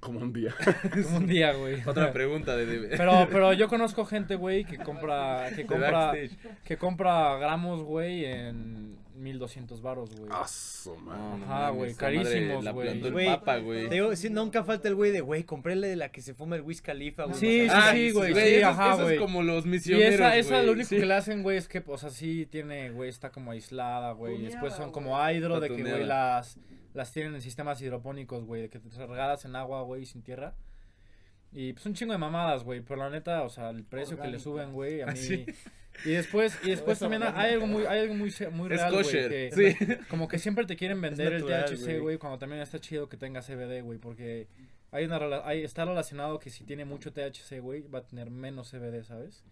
B: Como un día.
E: Como un día, güey.
C: Otra pregunta de... de-
E: Pero, pero yo conozco gente, güey, que compra, que
C: de
E: compra,
C: backstage.
E: que compra gramos, güey, en 1200 varos, güey.
B: Ah, su
C: No,
B: madre.
C: no
E: Ajá,
C: mames,
E: güey,
C: esa madre
E: carísimos,
C: La
E: güey.
C: plantó el
D: Güey,
C: papa,
D: Te
C: güey.
D: digo, sí, nunca falta el güey de, güey, compréle de la que se fuma el Wiz Khalifa, güey.
E: Sí,
D: O sea,
E: sí, güey, sí,
C: Ah, esos-
E: ajá,
C: esos
E: güey.
C: como los
E: Y
C: misioneros,
E: esa, esa
C: güey,
E: lo único
C: sí.
E: que le hacen, güey, es que, pues, o sea, sí tiene, güey, está como aislada, güey. y después son
G: Tuneada,
E: como hidro
C: Está
E: de que, güey,
C: tuneada.
E: las, las tienen en sistemas hidropónicos, güey, de que te regalas en agua, güey, sin tierra. Y pues un chingo de mamadas, güey. Pero la neta, o sea, el precio que le
G: Orgánica.
E: suben, güey, a
C: Ah,
E: mí.
C: sí.
E: Y después, y después también hay algo muy, hay algo muy, se- muy
C: Es
E: real, güey.
C: kosher,
E: que-
C: sí.
E: Como que siempre te quieren vender
D: natural,
E: el THC,
D: güey.
E: güey, cuando también está chido que tenga CBD, güey, porque hay una rela- hay, está relacionado que si tiene mucho THC, güey, va a tener menos CBD, ¿sabes?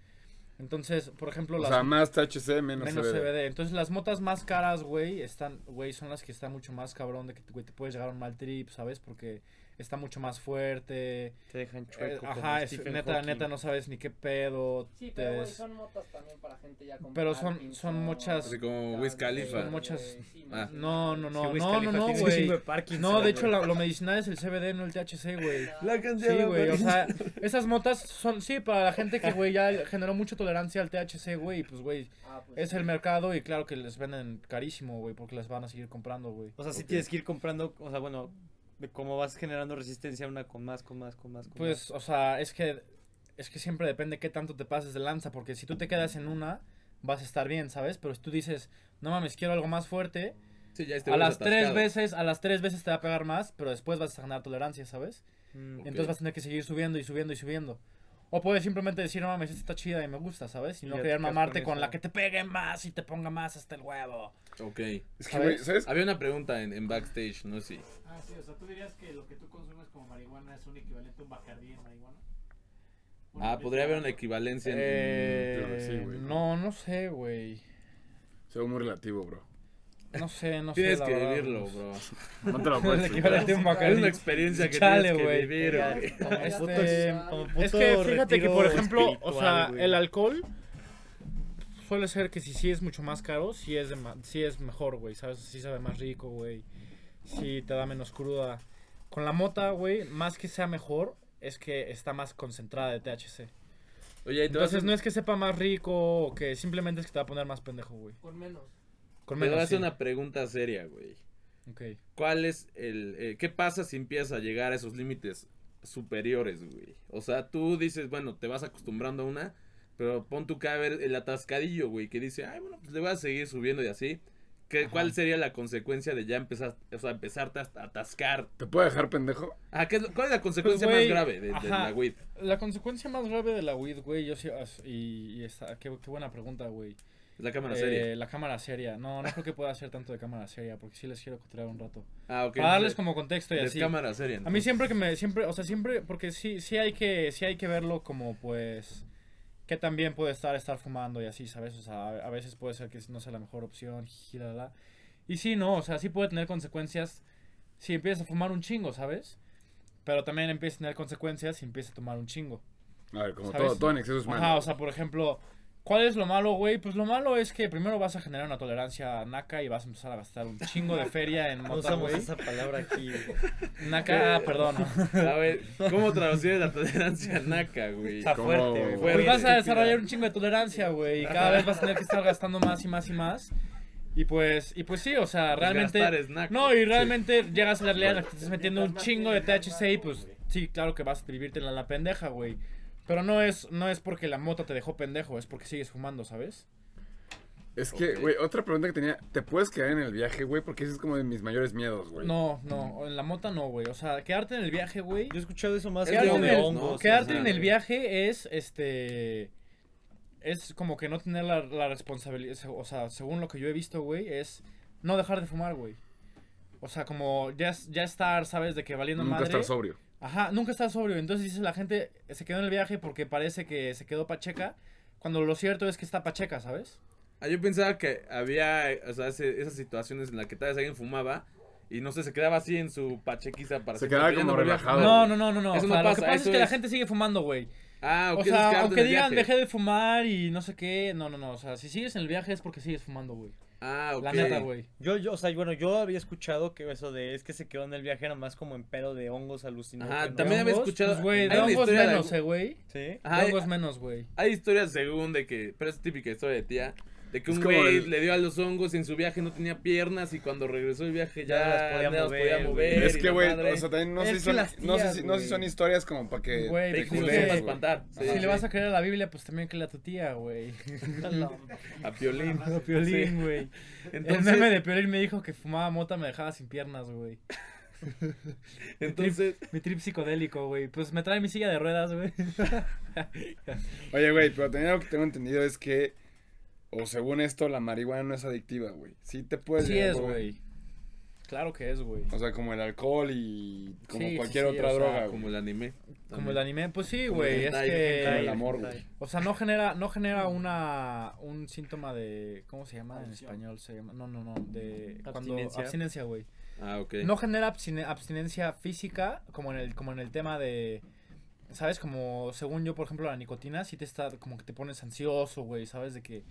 E: Entonces, por ejemplo,
B: O
E: las
B: sea, más THC, menos,
E: menos CBD.
B: CBD.
E: Entonces, las motas más caras, güey, están, güey, son las que están mucho más cabrón de que güey, te puedes llegar a un mal trip, ¿sabes? Porque está mucho más fuerte.
D: Te dejan
E: eh,
D: chueco.
E: ajá, es- neta, neta no sabes ni qué pedo.
G: Sí,
E: te
G: pero güey,
E: des-
G: son motas también para gente ya con
E: Pero son-
G: Parkinson,
E: son muchas-
C: Así como
E: Ah,
C: Wiz Khalifa.
E: Son muchas-
G: Sí, no,
C: Ah.
G: sí,
E: No, no, no,
D: Es que Wiz
E: no, no,
D: Khalifa
E: no,
D: tiene un
E: güey.
D: chingo de Parkinson,
E: No, de hecho,
D: güey.
E: la- lo medicinal es el CBD, no el THC, güey.
C: La canción
E: Sí,
C: de
E: güey, o
C: París.
E: sea, esas motas son, sí, para la gente que, güey, ya generó mucha tolerancia al THC, güey, y pues, güey,
G: Ah, pues
E: es
G: sí.
E: el mercado y claro que les venden carísimo, güey, porque las van a seguir comprando, güey.
D: O sea, sí tienes que ir comprando, o sea, bueno, de cómo vas generando resistencia una con más, con más, con más, con más.
E: Pues, o sea, es que, es que siempre depende qué tanto te pases de lanza, porque si tú te quedas en una, vas a estar bien, ¿sabes? Pero si tú dices, no mames, quiero algo más fuerte,
C: Sí, ya este
E: a
C: güey
E: las
C: está
E: tres
C: atascado.
E: veces, a las tres veces te va a pegar más, pero después vas a ganar tolerancia, ¿sabes?
D: Mm.
E: Entonces vas a tener que seguir subiendo y subiendo y subiendo. O puedes simplemente decir, no mames, esta está chida y me gusta, ¿sabes? Y no
D: Ya te
E: querer
D: quedas
E: mamarte
D: con
E: con, la
D: esa.
E: que te pegue más y te ponga más hasta el huevo.
C: Ok.
B: Es que, güey,
E: ¿Sabes?
B: ¿sabes?
C: Había una pregunta en, en backstage, no sé. si-
F: Ah, sí, o sea, tú dirías que lo que tú consumes como marihuana es un equivalente a un bacardí en marihuana. Una
C: Ah, podría haber una
F: mezcla.
C: equivalencia en...
E: Eh,
B: creo que sí, güey,
E: no, no sé, güey.
B: Es algo muy relativo, bro.
E: No sé, no sé.
C: Tienes
E: la
C: que
E: verdad,
C: vivirlo,
E: pues.
C: bro.
B: No te lo
E: El
B: puedes explicar.
E: equivalente a un
C: Es una
E: Bacardí.
C: experiencia que
E: Chale,
C: tienes que
E: güey.
C: vivir,
G: Ya,
C: güey.
G: como ya
E: Este,
G: sabes,
D: como puto
E: Es que fíjate que,
D: retiro
E: por ejemplo, o
D: espiritual,
E: sea,
D: güey.
E: el alcohol suele ser que si sí es mucho más caro, sí es, de ma- sí es mejor, güey, ¿sabes? Sí sabe más rico, güey. Sí te da menos cruda. Con la mota, güey, más que sea mejor, es que está más concentrada de THC.
C: Oye, ahí te vas a-
E: Entonces no es que sepa más rico o que simplemente es que te va a poner más pendejo, güey.
G: Con menos.
E: Con
C: te voy a
E: menos.
C: hacer
E: sí.
C: una pregunta seria, güey.
E: Ok.
C: ¿Cuál es el. eh, ¿Qué pasa si empiezas a llegar a esos límites superiores, güey? O sea, tú dices, bueno, te vas acostumbrando a una, pero pon tu cara a ver el atascadillo, güey, que dice, ay, bueno, pues le voy a seguir subiendo y así. ¿Qué, ¿Cuál sería la consecuencia de ya empezar, o sea, empezarte a atascar?
B: ¿Te puedo dejar pendejo?
C: Ah, ¿qué es lo- ¿Cuál es la consecuencia
E: Pues, güey,
C: más grave de, de
E: ajá.
C: la weed?
E: La consecuencia más grave de la weed, güey, yo sí. as- Y, y está, qué, qué buena pregunta, güey.
C: La cámara
E: Eh,
C: seria.
E: La cámara seria. No, no creo que pueda hacer tanto de cámara seria, porque sí les quiero contar un rato.
C: Ah, ok.
E: Para darles
C: de-
E: como contexto y
C: de
E: así.
C: cámara seria.
E: A mí siempre que me, siempre, o sea, siempre, porque sí, sí hay que, sí hay que verlo como, pues, que también puede estar, estar fumando y así, ¿sabes? O sea, a- a veces puede ser que no sea la mejor opción, jiji, la, la, la. Y sí, no, o sea, sí puede tener consecuencias si empiezas a fumar un chingo, ¿sabes? Pero también empieza a tener consecuencias si empiezas a tomar un chingo.
B: A ver, como
E: ¿Sabes?
B: todo, todo en exceso es malo.
E: Ajá, o sea, por ejemplo, ¿cuál es lo malo, güey? Pues lo malo es que primero vas a generar una tolerancia naca y vas a empezar a gastar un chingo de feria en
D: No
E: mota,
D: usamos
E: güey.
D: esa palabra aquí. güey.
E: Naca, ah, perdón.
C: A ver, ¿cómo traducir la tolerancia naca, güey?
D: Está
B: ¿Cómo?
D: fuerte, güey.
C: Pues
E: Pues
C: Fuerte.
E: vas a desarrollar un chingo de tolerancia, güey. Y cada vez vas a tener que estar gastando más y más y más. Y pues, y pues sí, o sea,
C: Gastar
E: realmente.
C: es naco.
E: No, y realmente llegas a la realidad en la que te estás metiendo un
I: Mientras más
E: chingo de
I: tienes,
E: THC y pues sí, claro que vas a vivirte en la pendeja, güey. Pero no es, no es porque la mota te dejó pendejo, es porque sigues fumando, ¿sabes?
B: Es que, güey, otra pregunta que tenía, ¿te puedes quedar en el viaje, güey? Porque ese es como de mis mayores miedos, güey.
E: No, no, en la mota no, güey. O sea, quedarte en el viaje, güey.
D: Yo he escuchado eso más
C: Es
E: Quedarte,
C: de
E: en
C: hongos,
E: el,
C: ¿no?
E: quedarte
C: Ajá.
E: en el viaje es este. Es como que no tener la, la responsabilidad. se- O sea, según lo que yo he visto, güey, es no dejar de fumar, güey. O sea, como ya, es- ya estar, ¿sabes? De que valiendo
B: Nunca
E: madre.
B: estar sobrio.
E: Ajá, nunca estar sobrio. Entonces dices, la gente se quedó en el viaje porque parece que se quedó pacheca. Cuando lo cierto es que está pacheca, ¿sabes?
C: Ah, yo pensaba que había, eh, o sea, ese- esas situaciones en las que tal vez alguien fumaba y no sé, se quedaba así en su pachequiza para
B: Se
C: siempre,
B: quedaba
C: pero ya
B: como
C: no volvía a
B: relajado.
C: fumar.
E: No, no, no, no, no.
C: Ah, Eso
E: o
C: no
E: sea, lo
C: pasa,
E: que pasa es
C: eso
E: que la
C: es-
E: gente sigue fumando, güey.
C: Ah, ok,
E: O
C: eso es quedarte
E: sea,
C: en
E: aunque
C: el
E: digan
C: viaje.
E: dejé de fumar y no sé qué, no, no, no. O sea, si sigues en el viaje es porque sigues fumando, güey.
C: Ah, ok.
E: La neta, güey.
D: Yo, yo, o sea, bueno, yo había escuchado que eso de es que se quedó en el viaje nada más como en pedo de hongos alucinógenos.
B: Ah,
C: Ajá, también había
E: Hongos,
C: escuchado.
E: Pues, güey,
C: hay
E: de
C: una
E: hongos
C: historia de
E: menos,
C: algún-
E: eh, güey.
D: Sí.
E: De
C: Ajá, hay-
E: hongos menos, güey.
C: Hay historias según de que, pero es típica historia de tía, de que
B: Es
C: un
B: como
C: güey
B: el-
C: le dio a los hongos y en su viaje no tenía piernas y cuando regresó el viaje ya,
D: Ya no las podía
C: no las
D: mover,
C: podía
D: güey.
C: mover.
B: Es
C: y
B: que,
C: la
B: güey,
C: madre.
B: o sea, también no,
D: Es
B: sé,
D: que
B: si son,
D: las
B: no, sé
D: tías,
B: si, no sé si son
D: güey.
B: historias como para que
E: Güey,
B: te
E: te
C: Sí, no
E: culé,
C: se
B: culees,
C: para
E: güey.
C: espantar. Sí,
E: si
C: sí.
E: le vas a creer a la Biblia, pues también créele a tu tía, güey.
C: A Piolín. Sí.
E: Piolín, güey. El
C: Entonces,
E: meme de Piolín me dijo que fumaba mota me dejaba sin piernas, güey.
C: entonces,
E: Mi trip psicodélico, güey. Pues me trae mi silla de ruedas, güey.
B: Oye, güey, pero también algo que tengo entendido es que, o según esto, la marihuana no es adictiva, güey. Sí te puedes
E: Sí
B: llegar,
E: es, güey. Claro que es, güey.
B: O sea, como el alcohol y como
E: Sí, sí,
B: cualquier
E: sí,
B: otra
E: o sea,
B: droga, güey.
C: ah, como el anime.
E: Como
C: también.
E: el anime, pues sí,
C: Como el
E: güey. Es
C: hentai,
E: que.
B: Como el amor, güey.
E: O sea, no genera, no genera una un síntoma de ¿cómo se llama en
I: Adicción.
E: español? Se llama no, no, no, de cuando
D: Abstinencia.
E: abstinencia, güey.
C: Ah, ok.
E: No genera abstine- abstinencia física como en el como en el tema de ¿sabes? Como según yo, por ejemplo, la nicotina sí te está como que te pones ansioso, güey, ¿sabes de que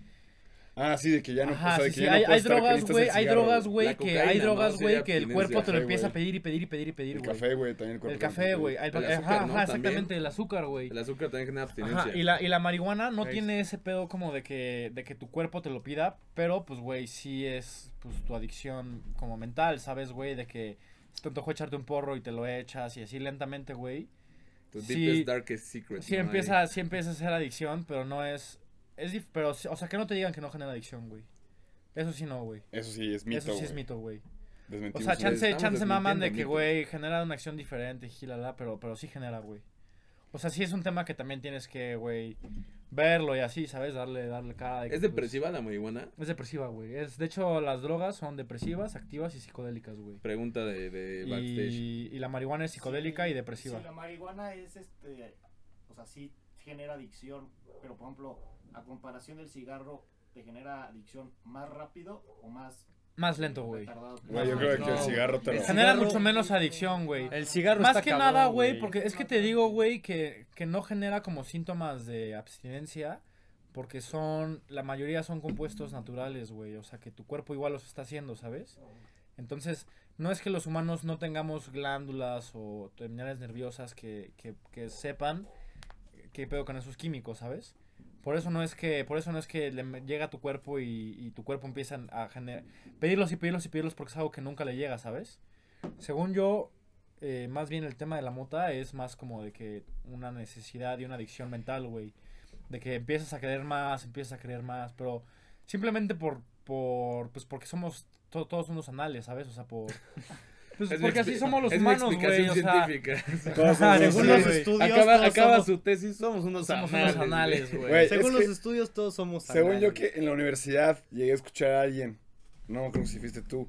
B: Ah, sí, de que ya no,
E: Ajá,
B: o sea, de
E: sí,
B: que
E: sí,
B: ya
E: hay,
B: no puedes
E: hay
B: estar con
E: drogas,
B: listas
E: güey,
B: del
E: hay
B: cigarro,
E: drogas,
B: güey.
E: güey,
C: La
E: que hay
C: cocaína, ¿no?
E: drogas,
C: Sí,
E: güey,
C: hay
E: que el
C: abstinencia.
E: cuerpo te lo
B: Café,
E: empieza a
B: güey.
E: pedir y pedir y pedir y pedir,
B: El
E: güey.
B: café, güey, también el cuerpo.
E: El café, güey.
C: El
E: Ajá,
C: azúcar, ¿no?
E: ajá,
C: También.
E: exactamente, el azúcar, güey.
C: El azúcar también genera abstinencia.
E: Ajá, y la, y la marihuana no
D: Ahí
E: tiene ese pedo como de que, de que tu cuerpo te lo pida, pero pues, güey, sí es pues, tu adicción como mental, ¿sabes, güey? De que se te antojó echarte un porro y te lo echas y así lentamente, güey.
C: Tu
E: Sí.
C: deepest, darkest secret.
E: Sí
C: Pues ¿no?
E: empieza, sí empieza a ser adicción, pero no es... es dif- pero, sí- o sea, que no te digan que no genera adicción, güey. Eso sí no, güey.
B: Eso sí es mito,
E: Eso sí es
B: güey.
E: mito, güey. O
B: Desmentimos
E: sea,
B: eso.
E: chance,
C: estamos
E: chance maman de
C: desmintiendo
E: que,
C: mitos.
E: güey, genera una acción diferente, jilala, pero, pero sí genera, güey. O sea, sí es un tema que también tienes que, güey, verlo y así, ¿sabes? Darle, darle cara. de que,
C: ¿Es
E: pues,
C: depresiva la marihuana?
E: es depresiva, güey. Es, de hecho, las drogas son depresivas, activas y psicodélicas, güey.
C: Pregunta de, de backstage.
E: Y, y la marihuana es psicodélica
I: Sí,
E: y depresiva.
I: sí, la marihuana es este. O sea, sí genera adicción, pero por ejemplo, a comparación del cigarro, ¿te genera adicción más rápido o más
E: Más lento, güey.
I: retardado que-
B: Güey, yo creo que
D: No,
B: el cigarro te
D: güey.
B: lo...
D: Esa-
E: Genera
D: cigarro-
E: mucho menos adicción, güey.
D: El cigarro
E: Más
D: está
E: que
D: cabrón,
E: nada, güey, porque es que te digo, güey, que, que no genera como síntomas de abstinencia, porque son, la mayoría son compuestos naturales, güey, o sea que tu cuerpo igual los está haciendo, ¿sabes? Entonces, no es que los humanos no tengamos glándulas o terminales nerviosas que, que, que sepan qué pedo con esos químicos, ¿sabes? Por eso no es que, por eso no es que le me- llega a tu cuerpo y, y tu cuerpo empieza a generar, pedirlos y pedirlos y pedirlos porque es algo que nunca le llega, ¿sabes? Según yo, eh, más bien el tema de la mota es más como de que una necesidad y una adicción mental, güey. De que empiezas a querer más, empiezas a querer más, pero simplemente por, por pues porque somos, to- todos unos anales, ¿sabes? O sea, por... Pues
C: Es mi
E: porque así
C: expli-
E: somos los
C: es mi
E: humanos, güey.
C: explicación
E: O sea,
C: científica.
B: Todos
D: Ajá,
B: somos
D: según
B: así.
D: los estudios,
C: acaba
D: todos
C: acaba
D: somos-
C: su tesis, somos unos
E: somos
C: anales.
E: unos anales, güey.
B: Güey,
D: según
B: es
D: los
B: que-
D: estudios, todos somos
B: Según yo
D: anales.
B: que en la universidad llegué a escuchar a alguien, no creo que si fuiste tú,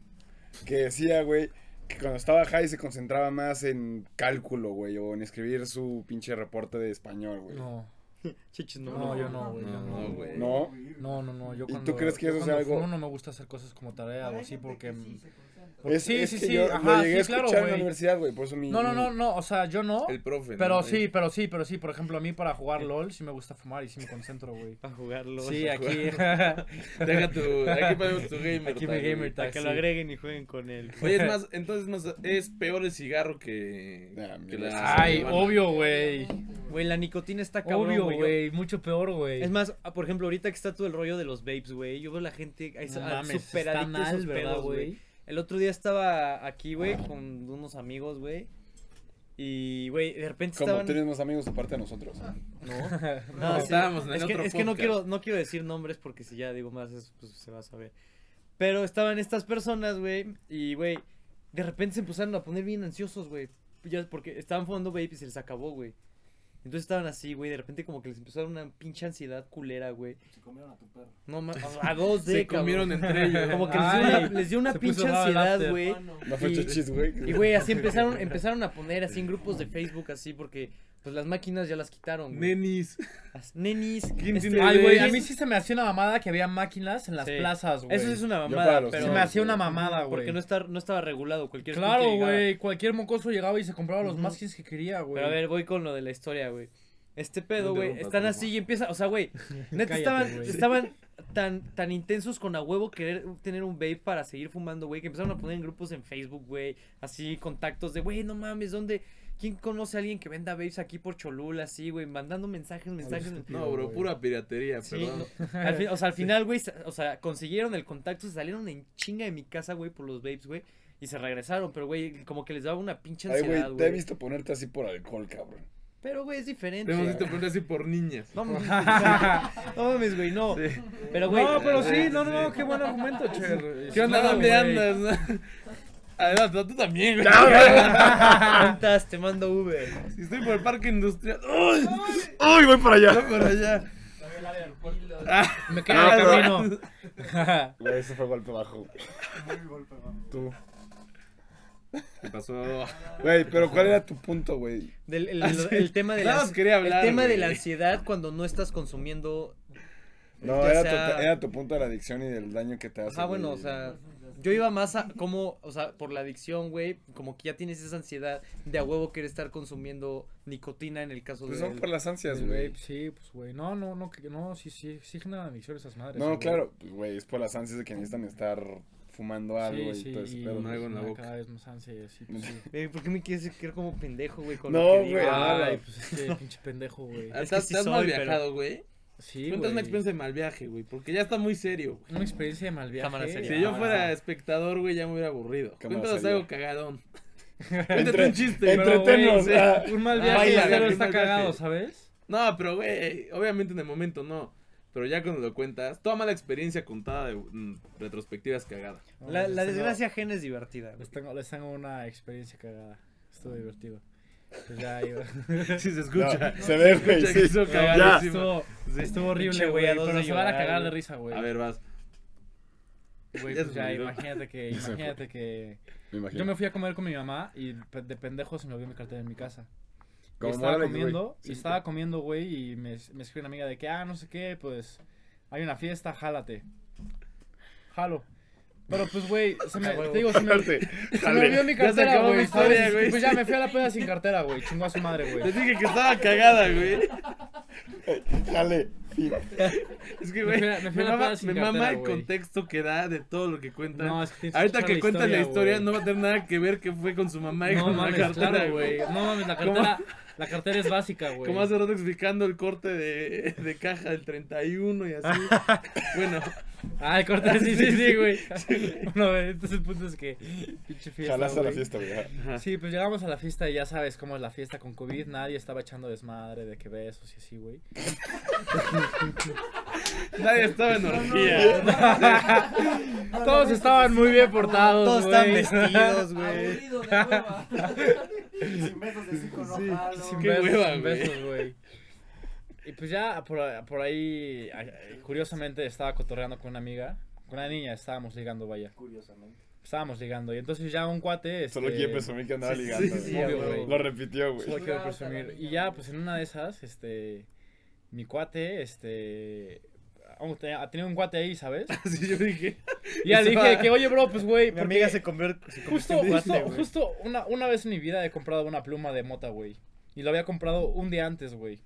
B: que decía, güey, que cuando estaba high se concentraba más en cálculo, güey, o en escribir su pinche reporte de español, güey. No.
E: No,
D: Chichis, no.
E: no, yo no, güey. yo
C: No,
E: no.
C: güey.
E: No, no, no. Yo
B: ¿Y tú
E: cuando-
B: crees que
E: yo
B: eso sea
E: cuando fumo
B: algo-
E: No me gusta hacer cosas como tarea o así porque. porque-
B: Es, es que yo lo
E: ajá,
B: llegué a
E: sí,
B: escuchar
E: claro,
B: en la
E: güey.
B: universidad, güey, por eso mi...
E: No, no,
B: mi-
E: no, no. O sea, yo no.
C: El profe.
E: Pero
C: ¿no?
E: sí, pero sí, pero sí. Por ejemplo, a mí para jugar LOL sí me gusta fumar y sí me concentro, güey.
D: Para jugarlo.
E: Sí, aquí.
C: Deja tu. Aquí ponemos tu gamer.
E: Aquí mi
C: tag, güey.
E: gamer tag.
D: Para que lo
E: sí.
D: agreguen y jueguen con él.
C: Oye, es más, entonces más, es peor el cigarro que.
B: Ya, mi
C: que
B: Dios.
E: Ay,
C: marihuana.
E: obvio, güey.
D: Güey, la nicotina está cabrón,
E: Obvio,
D: güey. Yo-
E: güey. Mucho peor, güey.
D: Es más, ah, por ejemplo, ahorita que está todo el rollo de los vapes, güey. Yo veo la gente
E: No
D: es,
E: mames,
D: super
E: está
D: adicta a esos
E: mal, ¿verdad,
D: pedos, güey.
E: güey?
D: El otro día estaba aquí, güey, con unos amigos, güey. Y, güey, de repente
B: Como
D: estaban...
B: tienes más amigos aparte de nosotros.
D: No, sí.
C: Estábamos en
D: es,
C: otro
D: que, es que no
C: podcast.
D: quiero no quiero decir nombres porque si ya digo más es- pues, se va a saber. Pero estaban estas personas, güey, y güey, de repente se empezaron a poner bien ansiosos, güey. Ya porque estaban fumando vape y se les acabó, güey. Entonces estaban así, güey, de repente como que les empezaron una pinche ansiedad culera, güey.
I: Se comieron a tu perro.
D: No ma- a dos de
C: Se comieron entre ellos.
D: Como que les dio una,
E: Ay,
D: les dio una
E: se puso
D: pinche
E: bravo el
D: ansiedad,
E: after.
D: güey.
B: No fue
D: Y-
B: chochis, güey.
D: Y güey, así empezaron, empezaron a poner así en grupos de Facebook así porque pues las máquinas ya las quitaron, güey.
C: Nenis.
D: Las nenis.
C: ¿Quién
D: este-
C: tiene
E: Ay, güey. A
C: Güey,
E: mí sí se me hacía una mamada que había máquinas en las
D: Sí.
E: plazas, güey.
D: Eso sí es una
B: Yo
D: mamada,
B: para los
D: pero
E: Se me hacía una mamada, Ah, güey.
D: porque no, está, no estaba regulado cualquier
E: Claro,
D: pinche llegada.
E: güey. Cualquier mocoso llegaba y se compraba los
D: Ujú.
E: maskins que quería, güey.
D: Pero a ver, voy con lo de la historia, güey. Este pedo,
C: No
D: güey,
C: interrumpas,
D: están
C: por
D: así y empieza, o sea, güey, neta
E: Cállate,
D: estaban,
E: güey.
D: estaban tan, tan intensos con a huevo querer tener un vape para seguir fumando, güey, que empezaron a poner en grupos en Facebook, güey, así contactos de, güey, no mames, ¿dónde? ¿Quién conoce a alguien que venda vapes aquí por Cholula, así, güey, mandando mensajes, mensajes?
C: No, bro, pura piratería,
D: Sí,
C: perdón.
D: no, al fin- o sea, al final, güey, sa- o sea, consiguieron el contacto, se salieron en chinga de mi casa, güey, por los vapes, güey, y se regresaron, pero, güey, como que les daba una pinche
B: Ay,
D: ansiedad,
B: güey, te he
D: güey.
B: visto ponerte así por alcohol, cabrón.
D: Pero, güey, es diferente.
C: Te hemos visto poner este así por niñas.
D: No mames, no mames, güey, no. Pero, güey.
E: No, pero sí,
C: Sí,
E: no, no,
C: Eh, sí.
E: qué buen argumento, Cher.
C: ¿Qué onda?
E: Claro,
C: ¿Dónde
E: güey.
C: andas? no? Además, no, tú también, güey.
D: Cuentas, te mando Uber.
C: Si estoy por el parque industrial. ¡Uy!
B: ¡Ay, voy para allá!
C: Voy por allá. Ah,
E: Me quedé de
C: Ah,
E: camino.
B: Güey, ese fue golpe bajo.
I: Muy golpe, vamos.
B: Tú.
C: ¿Qué pasó?
B: Güey, pero ¿cuál era tu punto, güey?
D: Del, el,
C: Ah,
D: el-
C: sí.
D: el tema de
C: Nada
D: la,
C: más quería hablar,
D: el tema de la
C: güey.
D: ansiedad cuando no estás consumiendo.
B: No,
D: Ya
B: era,
D: sea-
B: tu, era tu punto de la adicción y del daño que te hace.
D: Ah, bueno, o
B: güey.
D: sea, yo iba más a como, o sea, por la adicción, güey, como que ya tienes esa ansiedad de a huevo querer estar consumiendo nicotina en el caso
B: Pues
D: de
B: son por las ansias,
E: El
B: güey.
E: vape, sí, pues, güey. No, no, no, que- no, sí, sí, sí generan adicción esas madres.
B: No,
E: güey.
B: claro, pues, güey, es por las ansias de que necesitan estar fumando algo
E: Sí,
B: y
E: sí,
B: todo ese pedo.
E: y
C: no algo en la
E: una
C: boca.
E: Cada vez más ansia, sí, pues, sí.
D: Güey, Eh, ¿por qué me quieres quedar como pendejo, güey? Con
B: No,
D: lo que digo?
B: güey.
E: Ay, pues este pinche pendejo, güey.
D: Es que
C: ¿Estás
D: sí
C: estás
D: soy,
C: mal
D: pero-
C: viajado, güey?
E: Sí, güey.
C: Cuéntanos una experiencia de mal viaje, güey, porque ya está muy serio, güey.
E: Una experiencia de mal viaje. Ah,
D: Cámara seria.
C: Si yo fuera este, espectador, güey, ya me hubiera aburrido.
B: Cámara
C: Cuéntanos
B: seria.
C: algo cagadón. Cuéntate un chiste,
E: Pero,
B: entre-
C: güey.
B: entretenos,
E: güey,
B: ah.
E: Un mal
C: Ah,
E: viaje
C: baila,
E: pero
C: güey,
E: está
C: mal viaje.
E: cagado, ¿sabes?
C: No, pero güey, obviamente en el momento no. Pero ya cuando lo cuentas, toda mala experiencia contada de mm, retrospectiva es cagada.
D: La, la
E: Les tengo-
D: desgracia ajena es divertida, güey.
E: Les tengo, les tengo una experiencia cagada. Estuvo divertido. Pues ya iba.
C: Si se
B: No,
C: escucha.
B: se ve, güey,
C: Escucha que
B: sí.
C: hizo
B: Ya.
C: cagadísimo.
E: Estuvo, estuvo
D: Pinche
E: horrible,
D: güey,
E: güey.
D: a dos
E: Pero
D: de
E: se van a
D: llorar,
E: cagar de
D: güey.
E: risa, güey.
C: A ver, vas.
E: Güey,
C: Ya
E: pues
C: se
E: ya,
C: me olvidó.
E: imagínate que,
B: Ya se me
E: imagínate que...
B: Me imagino.
E: Yo me fui a comer con mi mamá y pe- de pendejo se me olvidó mi cartera en mi casa. Y
B: Como
E: estaba
B: Alex, güey,
E: comiendo, y
B: siempre.
E: estaba comiendo, güey, y me, me escribe una amiga de que, ah, no sé qué, pues, hay una fiesta, jálate. Jalo. Pero pues, güey, se me, te digo, se me, se me olvidó mi cartera,
C: acabó mi
E: güey. ¿sabes?
C: historia, güey.
E: Pues ya me fui a la peda sin cartera, güey. Chingó a su madre,
C: Te
E: güey.
C: dije que estaba cagada, güey.
B: Dale.
C: Es que, güey,
E: Me fui a- me
C: me,
E: fui a la
C: mama,
E: peda sin
C: me mama
E: cartera,
C: el
E: güey.
C: contexto que da de todo lo que cuentan.
E: No, es que tienes
C: Ahorita que
E: escuchar
C: cuentas la historia,
E: güey.
C: no va a tener nada que ver qué fue con su mamá y
E: No
C: con
E: mames,
C: la cartera,
E: claro,
C: güey.
E: güey. No mames, la
C: ¿Cómo?
E: cartera, la cartera es básica, güey.
C: Como hace rato explicando el corte de, de caja del 31 y así. bueno,
E: Ah, el corte, sí, sí, sí, güey.
C: Sí.
E: Bueno, güey, entonces el punto es que. Pinche fiesta.
B: Jalaste a la
E: güey.
B: fiesta, güey. ajá.
E: Sí, pues llegamos a la fiesta y ya sabes cómo es la fiesta con COVID. Nadie estaba echando desmadre de que besos y así, güey.
C: nadie estaba en orgía.
E: Todos estaban muy bien
D: Todos
E: portados, Pues, güey.
D: están vestidos, güey.
F: Aburrido de hueva.
I: Sin besos de cinco no jalo.
E: Sin
C: Qué
E: besos,
C: hueva,
E: sin
C: güey.
E: besos, güey. Y pues ya por, por ahí, a- curiosamente, estaba cotorreando con una amiga, con una niña, estábamos ligando, vaya.
I: Curiosamente.
B: Estábamos.
E: Estábamos ligando. Y entonces ya un cuate. Este,
B: Solo quiere presumir que andaba
E: sí,
B: ligando.
E: sí, sí,
B: güey.
E: obvio, güey.
B: Lo repitió,
E: Solo
B: güey.
E: quiero
F: Chulada la
E: presumir. Y
F: niña,
E: ya,
F: güey.
E: pues en una de esas, este. Mi cuate, este. aún te- Ha tenido un cuate ahí, ¿sabes?
C: Así yo dije,
E: Y ya
D: Y se
E: le dije
D: va.
E: que, oye, bro, pues güey.
D: Mi
E: porque
D: amiga se convierte. se convirtió
E: Justo,
D: en
E: justo,
D: cuate, güey.
E: justo una, una vez en mi vida he comprado una pluma de mota, güey. Y lo había comprado un día antes, güey.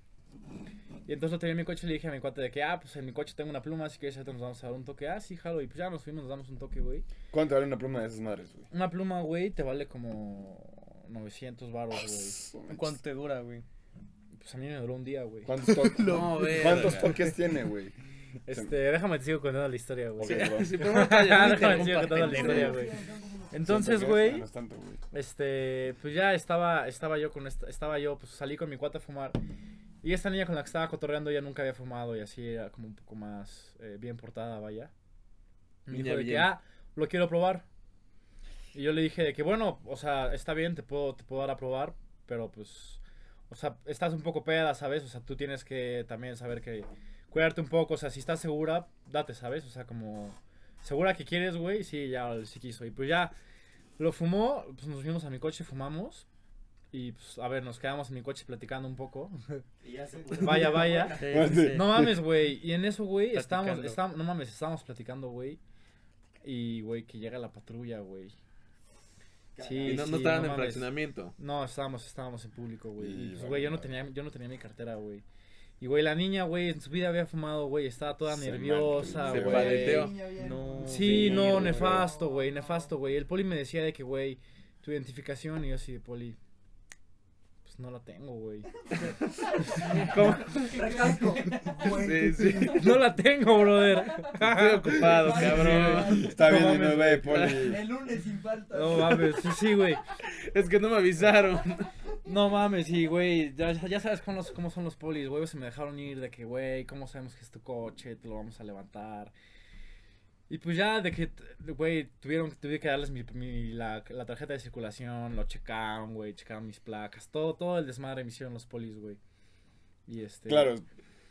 E: Y entonces lo tenía en mi coche y le dije a mi cuate de que, ah, pues en mi coche tengo una pluma, así que ya nos vamos a dar un toque. Ah, sí, jalo. Y pues ya nos fuimos, nos damos un toque, güey.
B: ¿Cuánto vale una pluma de esas madres, güey?
E: Una pluma, güey, te vale como 900 baros, güey.
D: ¿Cuánto te dura, güey?
E: Pues a mí me duró un día, güey.
B: ¿Cuántos, to-
C: No, verga.
B: ¿Cuántos toques tiene, güey?
E: Este, déjame te sigo contando la historia, güey.
B: Ok, bro.
C: sí, pero no calla, no
E: déjame
C: interrumpas,
E: te sigo contando la
C: pendejo.
E: historia, güey. Entonces,
B: Siento que
E: güey,
B: no es tanto, güey.
E: Este, pues ya estaba, estaba yo con esta, estaba yo, pues salí con mi cuate a fumar. Y esta niña con la que estaba cotorreando ya nunca había fumado y así era como un poco más eh, bien portada, vaya. Y Me
C: Niña
E: dijo de que,
C: bien.
E: ah, lo quiero probar. Y yo le dije de que, bueno, o sea, está bien, te puedo, te puedo dar a probar, pero pues, o sea, estás un poco peda, ¿sabes? O sea, tú tienes que también saber que cuidarte un poco, o sea, si estás segura, date, ¿sabes? O sea, como, ¿segura que quieres, güey? Sí, ya, sí quiso. Y pues ya, lo fumó, pues nos fuimos a mi coche, fumamos. Y pues, a ver, nos quedamos en mi coche platicando un poco.
I: Y ya se
E: Vaya, vaya.
B: Este,
E: No mames, güey. Y en eso, güey, estábamos,
D: Platicando.
E: estábamos- no mames, estábamos platicando, güey. Y, güey, que llega la patrulla, güey. Sí,
C: Y no,
E: sí,
C: no estaban
E: no
C: en
E: mames.
C: fraccionamiento.
E: No, estábamos, estábamos en público, güey.
B: Y
E: Y, pues,
B: valió
E: güey, yo no
B: madre.
E: tenía, yo no tenía mi cartera, güey. Y, güey, la niña, güey, en su vida había fumado, güey. Estaba toda
B: Se
E: nerviosa,
C: Se
B: maltrató,
E: güey.
C: paleteó.
D: No.
E: Sí,
D: güey.
E: no, nefasto, güey, nefasto, güey. El poli me decía de que, güey, tu identificación y yo así de poli. Pues no la tengo, güey.
C: ¿Cómo?
F: Recalco.
C: Sí, sí. Estoy
E: No la tengo, brother.
C: ocupado, cabrón.
B: Está bien, y
E: mames,
B: no ve, Poli.
F: El lunes sin falta.
E: No mames, sí, sí, güey.
C: Es que no me avisaron.
E: No mames, sí, güey. Ya, ya sabes cómo, los- cómo son los polis, güey. Se me dejaron ir de que, güey, ¿cómo sabemos que es tu coche? Te lo vamos a levantar. Y pues ya de que, t- güey, tuvieron, tuve que darles mi, mi- la, la tarjeta de circulación, lo checaron, güey, checaron mis placas, todo, todo el desmadre me hicieron los polis, güey. Y este...
B: Claro,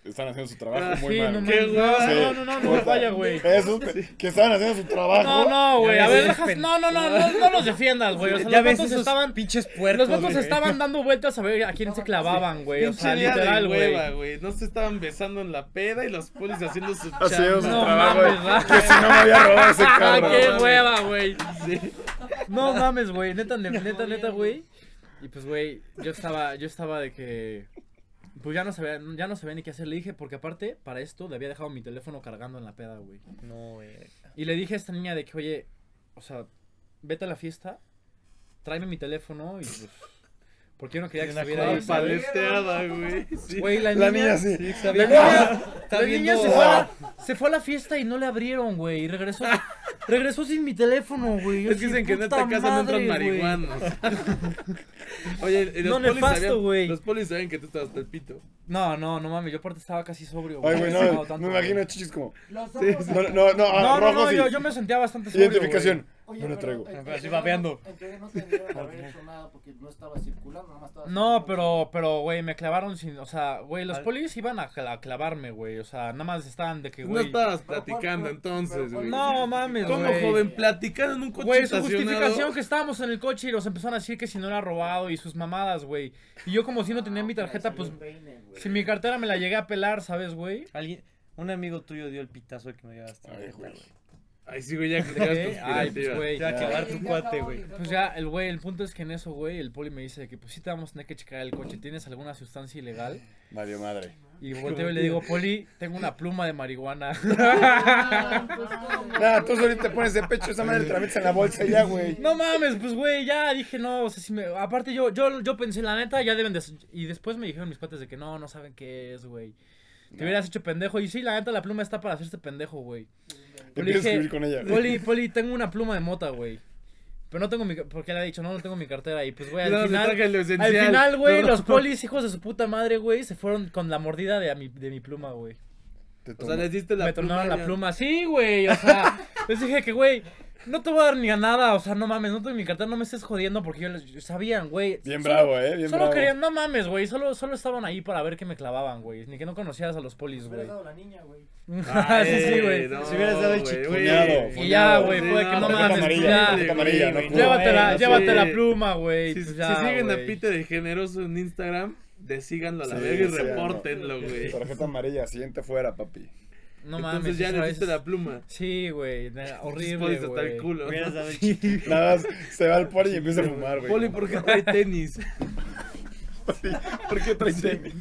B: están haciendo su trabajo muy
E: Ah,
B: mal.
E: sí, no,
B: güey.
E: mames,
C: Qué hueva.
E: no,
B: Sí.
E: no, no, no, no,
B: Puta,
E: vaya, güey.
B: Esos pe- que estaban haciendo su trabajo.
E: No, no, güey,
D: Ya
E: a ver,
D: ves,
E: dejas-
D: pen-
E: no, no, no, no, no los defiendas, güey. O sea,
D: Ya
E: los
D: ves
E: vatos
D: esos
E: estaban
D: pinches puercos.
E: Los vatos
D: güey.
E: estaban dando vueltas a ver a quién se clavaban, güey. O sea,
C: Pinche día de
E: literal,
C: hueva,
E: güey.
C: güey. No se estaban besando en la peda y los polis haciendo su
B: Así es,
C: chamba.
B: su
E: No
B: trabajo.
E: mames,
B: güey.
E: va.
B: que si no me había robado ese
E: Ah,
B: carro.
E: qué
B: güey.
E: hueva, güey.
C: Sí.
E: No mames, güey. Neta, ne- neta, neta, güey. Y pues, güey, yo estaba, yo estaba de que. Pues ya no sabía, ya no sabía ni qué hacer. Le dije, porque aparte, para esto, le había dejado mi teléfono cargando en la peda, güey.
D: No, güey.
E: Y le dije a esta niña de que, oye, o sea, vete a la fiesta, tráeme mi teléfono y pues. Porque yo no quería que
D: Tiene una
E: estuviera
C: Estaba
E: ahí.
D: cosa,
C: paleteada, güey. Sí.
E: Güey, la niña.
B: La niña sí.
D: Está
E: La
D: viendo-
E: niña,
D: está
E: la niña
D: viendo-
E: se, fue a la, se fue a la fiesta y no le abrieron, güey. Y regresó, regresó sin mi teléfono, güey. Yo
C: Es que
E: así,
C: dicen que en
E: "Puta
C: esta casa no entran
E: madre, güey".
C: marihuanos. Oye, y
E: No,
C: los polis
E: nefasto,
C: sabían-
E: güey.
C: Los polis saben que tú estabas hasta el pito.
E: No, no, no mames. Yo aparte estaba casi sobrio,
B: Ay, güey,
E: No había
B: no,
E: tomado tanto,
B: me
E: güey.
B: imagino a chichis como.
F: Los ojos
B: No, no, no, ah,
E: No, no,
B: rojo
E: no,
B: sí.
E: yo, yo me sentía bastante sobrio. güey.
B: Identificación. no lo
I: pero
B: traigo.
I: en-
D: Pero
I: en
D: así
I: teoría
D: babeando.
I: no- En teoría no tendrían que haber hecho nada porque no estaba circulando, nada más estaba
E: No,
I: circulando.
E: pero, pero, güey, me clavaron sin. O sea, güey, los
D: Al-
E: polis iban a, cla- a clavarme, güey. O sea, nada más estaban de que,
C: No
E: güey.
C: estabas
I: Pero ¿cuál-
C: platicando
I: pero-
C: entonces,
I: pero cuál-
C: güey.
E: No, mames,
C: ¿Cómo,
E: güey.
C: joven? Platicando en un coche
E: Güey, su
C: estacionado.
E: justificación que estábamos en el coche y nos empezaron a decir que si no era robado y sus mamadas, güey. Y yo como si no tenía mi tarjeta, pues si mi cartera me la llegué a pelar, ¿sabes, güey?
D: Alguien, un amigo tuyo dio el pitazo de que me llevaste.
B: Ay, güey.
C: Ay, sí, güey, ya que te
E: ¿Qué? Ay, pues, güey.
D: Te va a clavar tu
F: Ya
D: cuate,
F: acabó,
D: güey.
F: ya
E: Pues ya, el güey, el punto es que en eso, güey, el poli me dice que pues sí te vamos a tener que checar el coche. ¿Tienes alguna sustancia ilegal?
B: Mario madre.
E: Y volteo y le digo, Poli, tengo una pluma de marihuana.
G: Ah, pues,
B: Nada, tú solito te pones de pecho esa madre, te la metes en la bolsa y ya, güey.
E: No mames, pues güey, ya dije no, o sea, si me... aparte yo, yo, yo pensé, la neta, ya deben de... Y después me dijeron mis cuates de que no, no saben qué es, güey. Te hubieras hecho pendejo. Y sí, la neta, la pluma está para hacerse pendejo, güey.
B: Te
E: Poli,
B: empiezas a escribir
E: dije,
B: con ella.
E: Poli, Poli, tengo una pluma de mota, güey. Pero no tengo mi... ca- Porque le ha dicho, no, no tengo mi cartera. Y pues, güey, al
C: No, te
E: final...
C: traje lo
E: Al
C: esencial.
E: final, güey,
C: No.
E: los polis, hijos de su puta madre, güey, se fueron con la mordida de, a mi, de mi pluma, güey.
B: Te
C: O sea,
B: tomo.
C: les diste la
E: Me tornaron la
C: ya.
E: pluma. Sí, güey, o sea, les dije que, güey, no te voy a dar ni a nada, o sea, no mames, no tengo mi cartera, no me estés jodiendo porque yo les yo sabían, güey.
B: Bien
E: Solo-
B: bravo, eh, bien
E: solo
B: bravo.
E: querían, no mames, güey, solo, solo estaban ahí para ver que me clavaban, güey, ni que no conocieras a los polis, güey.
I: Hubieras dado la niña, güey.
E: Ah, sí, sí, güey.
C: no,
A: Si hubieras dado el
C: güey,
B: chiquineado,
C: güey.
E: Y ya, güey,
C: Sí,
E: fue de que no
B: tarjeta
E: mames, pues
B: amarilla,
E: ya.
B: tarjeta amarilla, no
C: güey,
B: pudo.
E: Llévatela,
C: no
E: llévate
C: sé.
E: la pluma, güey.
C: Si,
E: pues
C: si
E: ya,
C: siguen a
E: güey.
C: Peter el Generoso en Instagram, desíganlo a la
B: Sí,
C: verga y
B: sí,
C: repórtenlo, güey.
B: Tarjeta amarilla, siguiente fuera, papi.
E: No mames,
C: Entonces ya
E: sí,
C: le
E: a
C: diste
E: veces-
C: la pluma.
E: Sí, güey, neta,
C: Poli
E: horrible,
C: está el
E: güey.
C: culo.
A: Hubieras dado el chiste.
B: Nada más se va al poli y empieza a fumar, güey.
C: Poli, ¿por qué trae tenis?
B: ¿por qué traes tenis?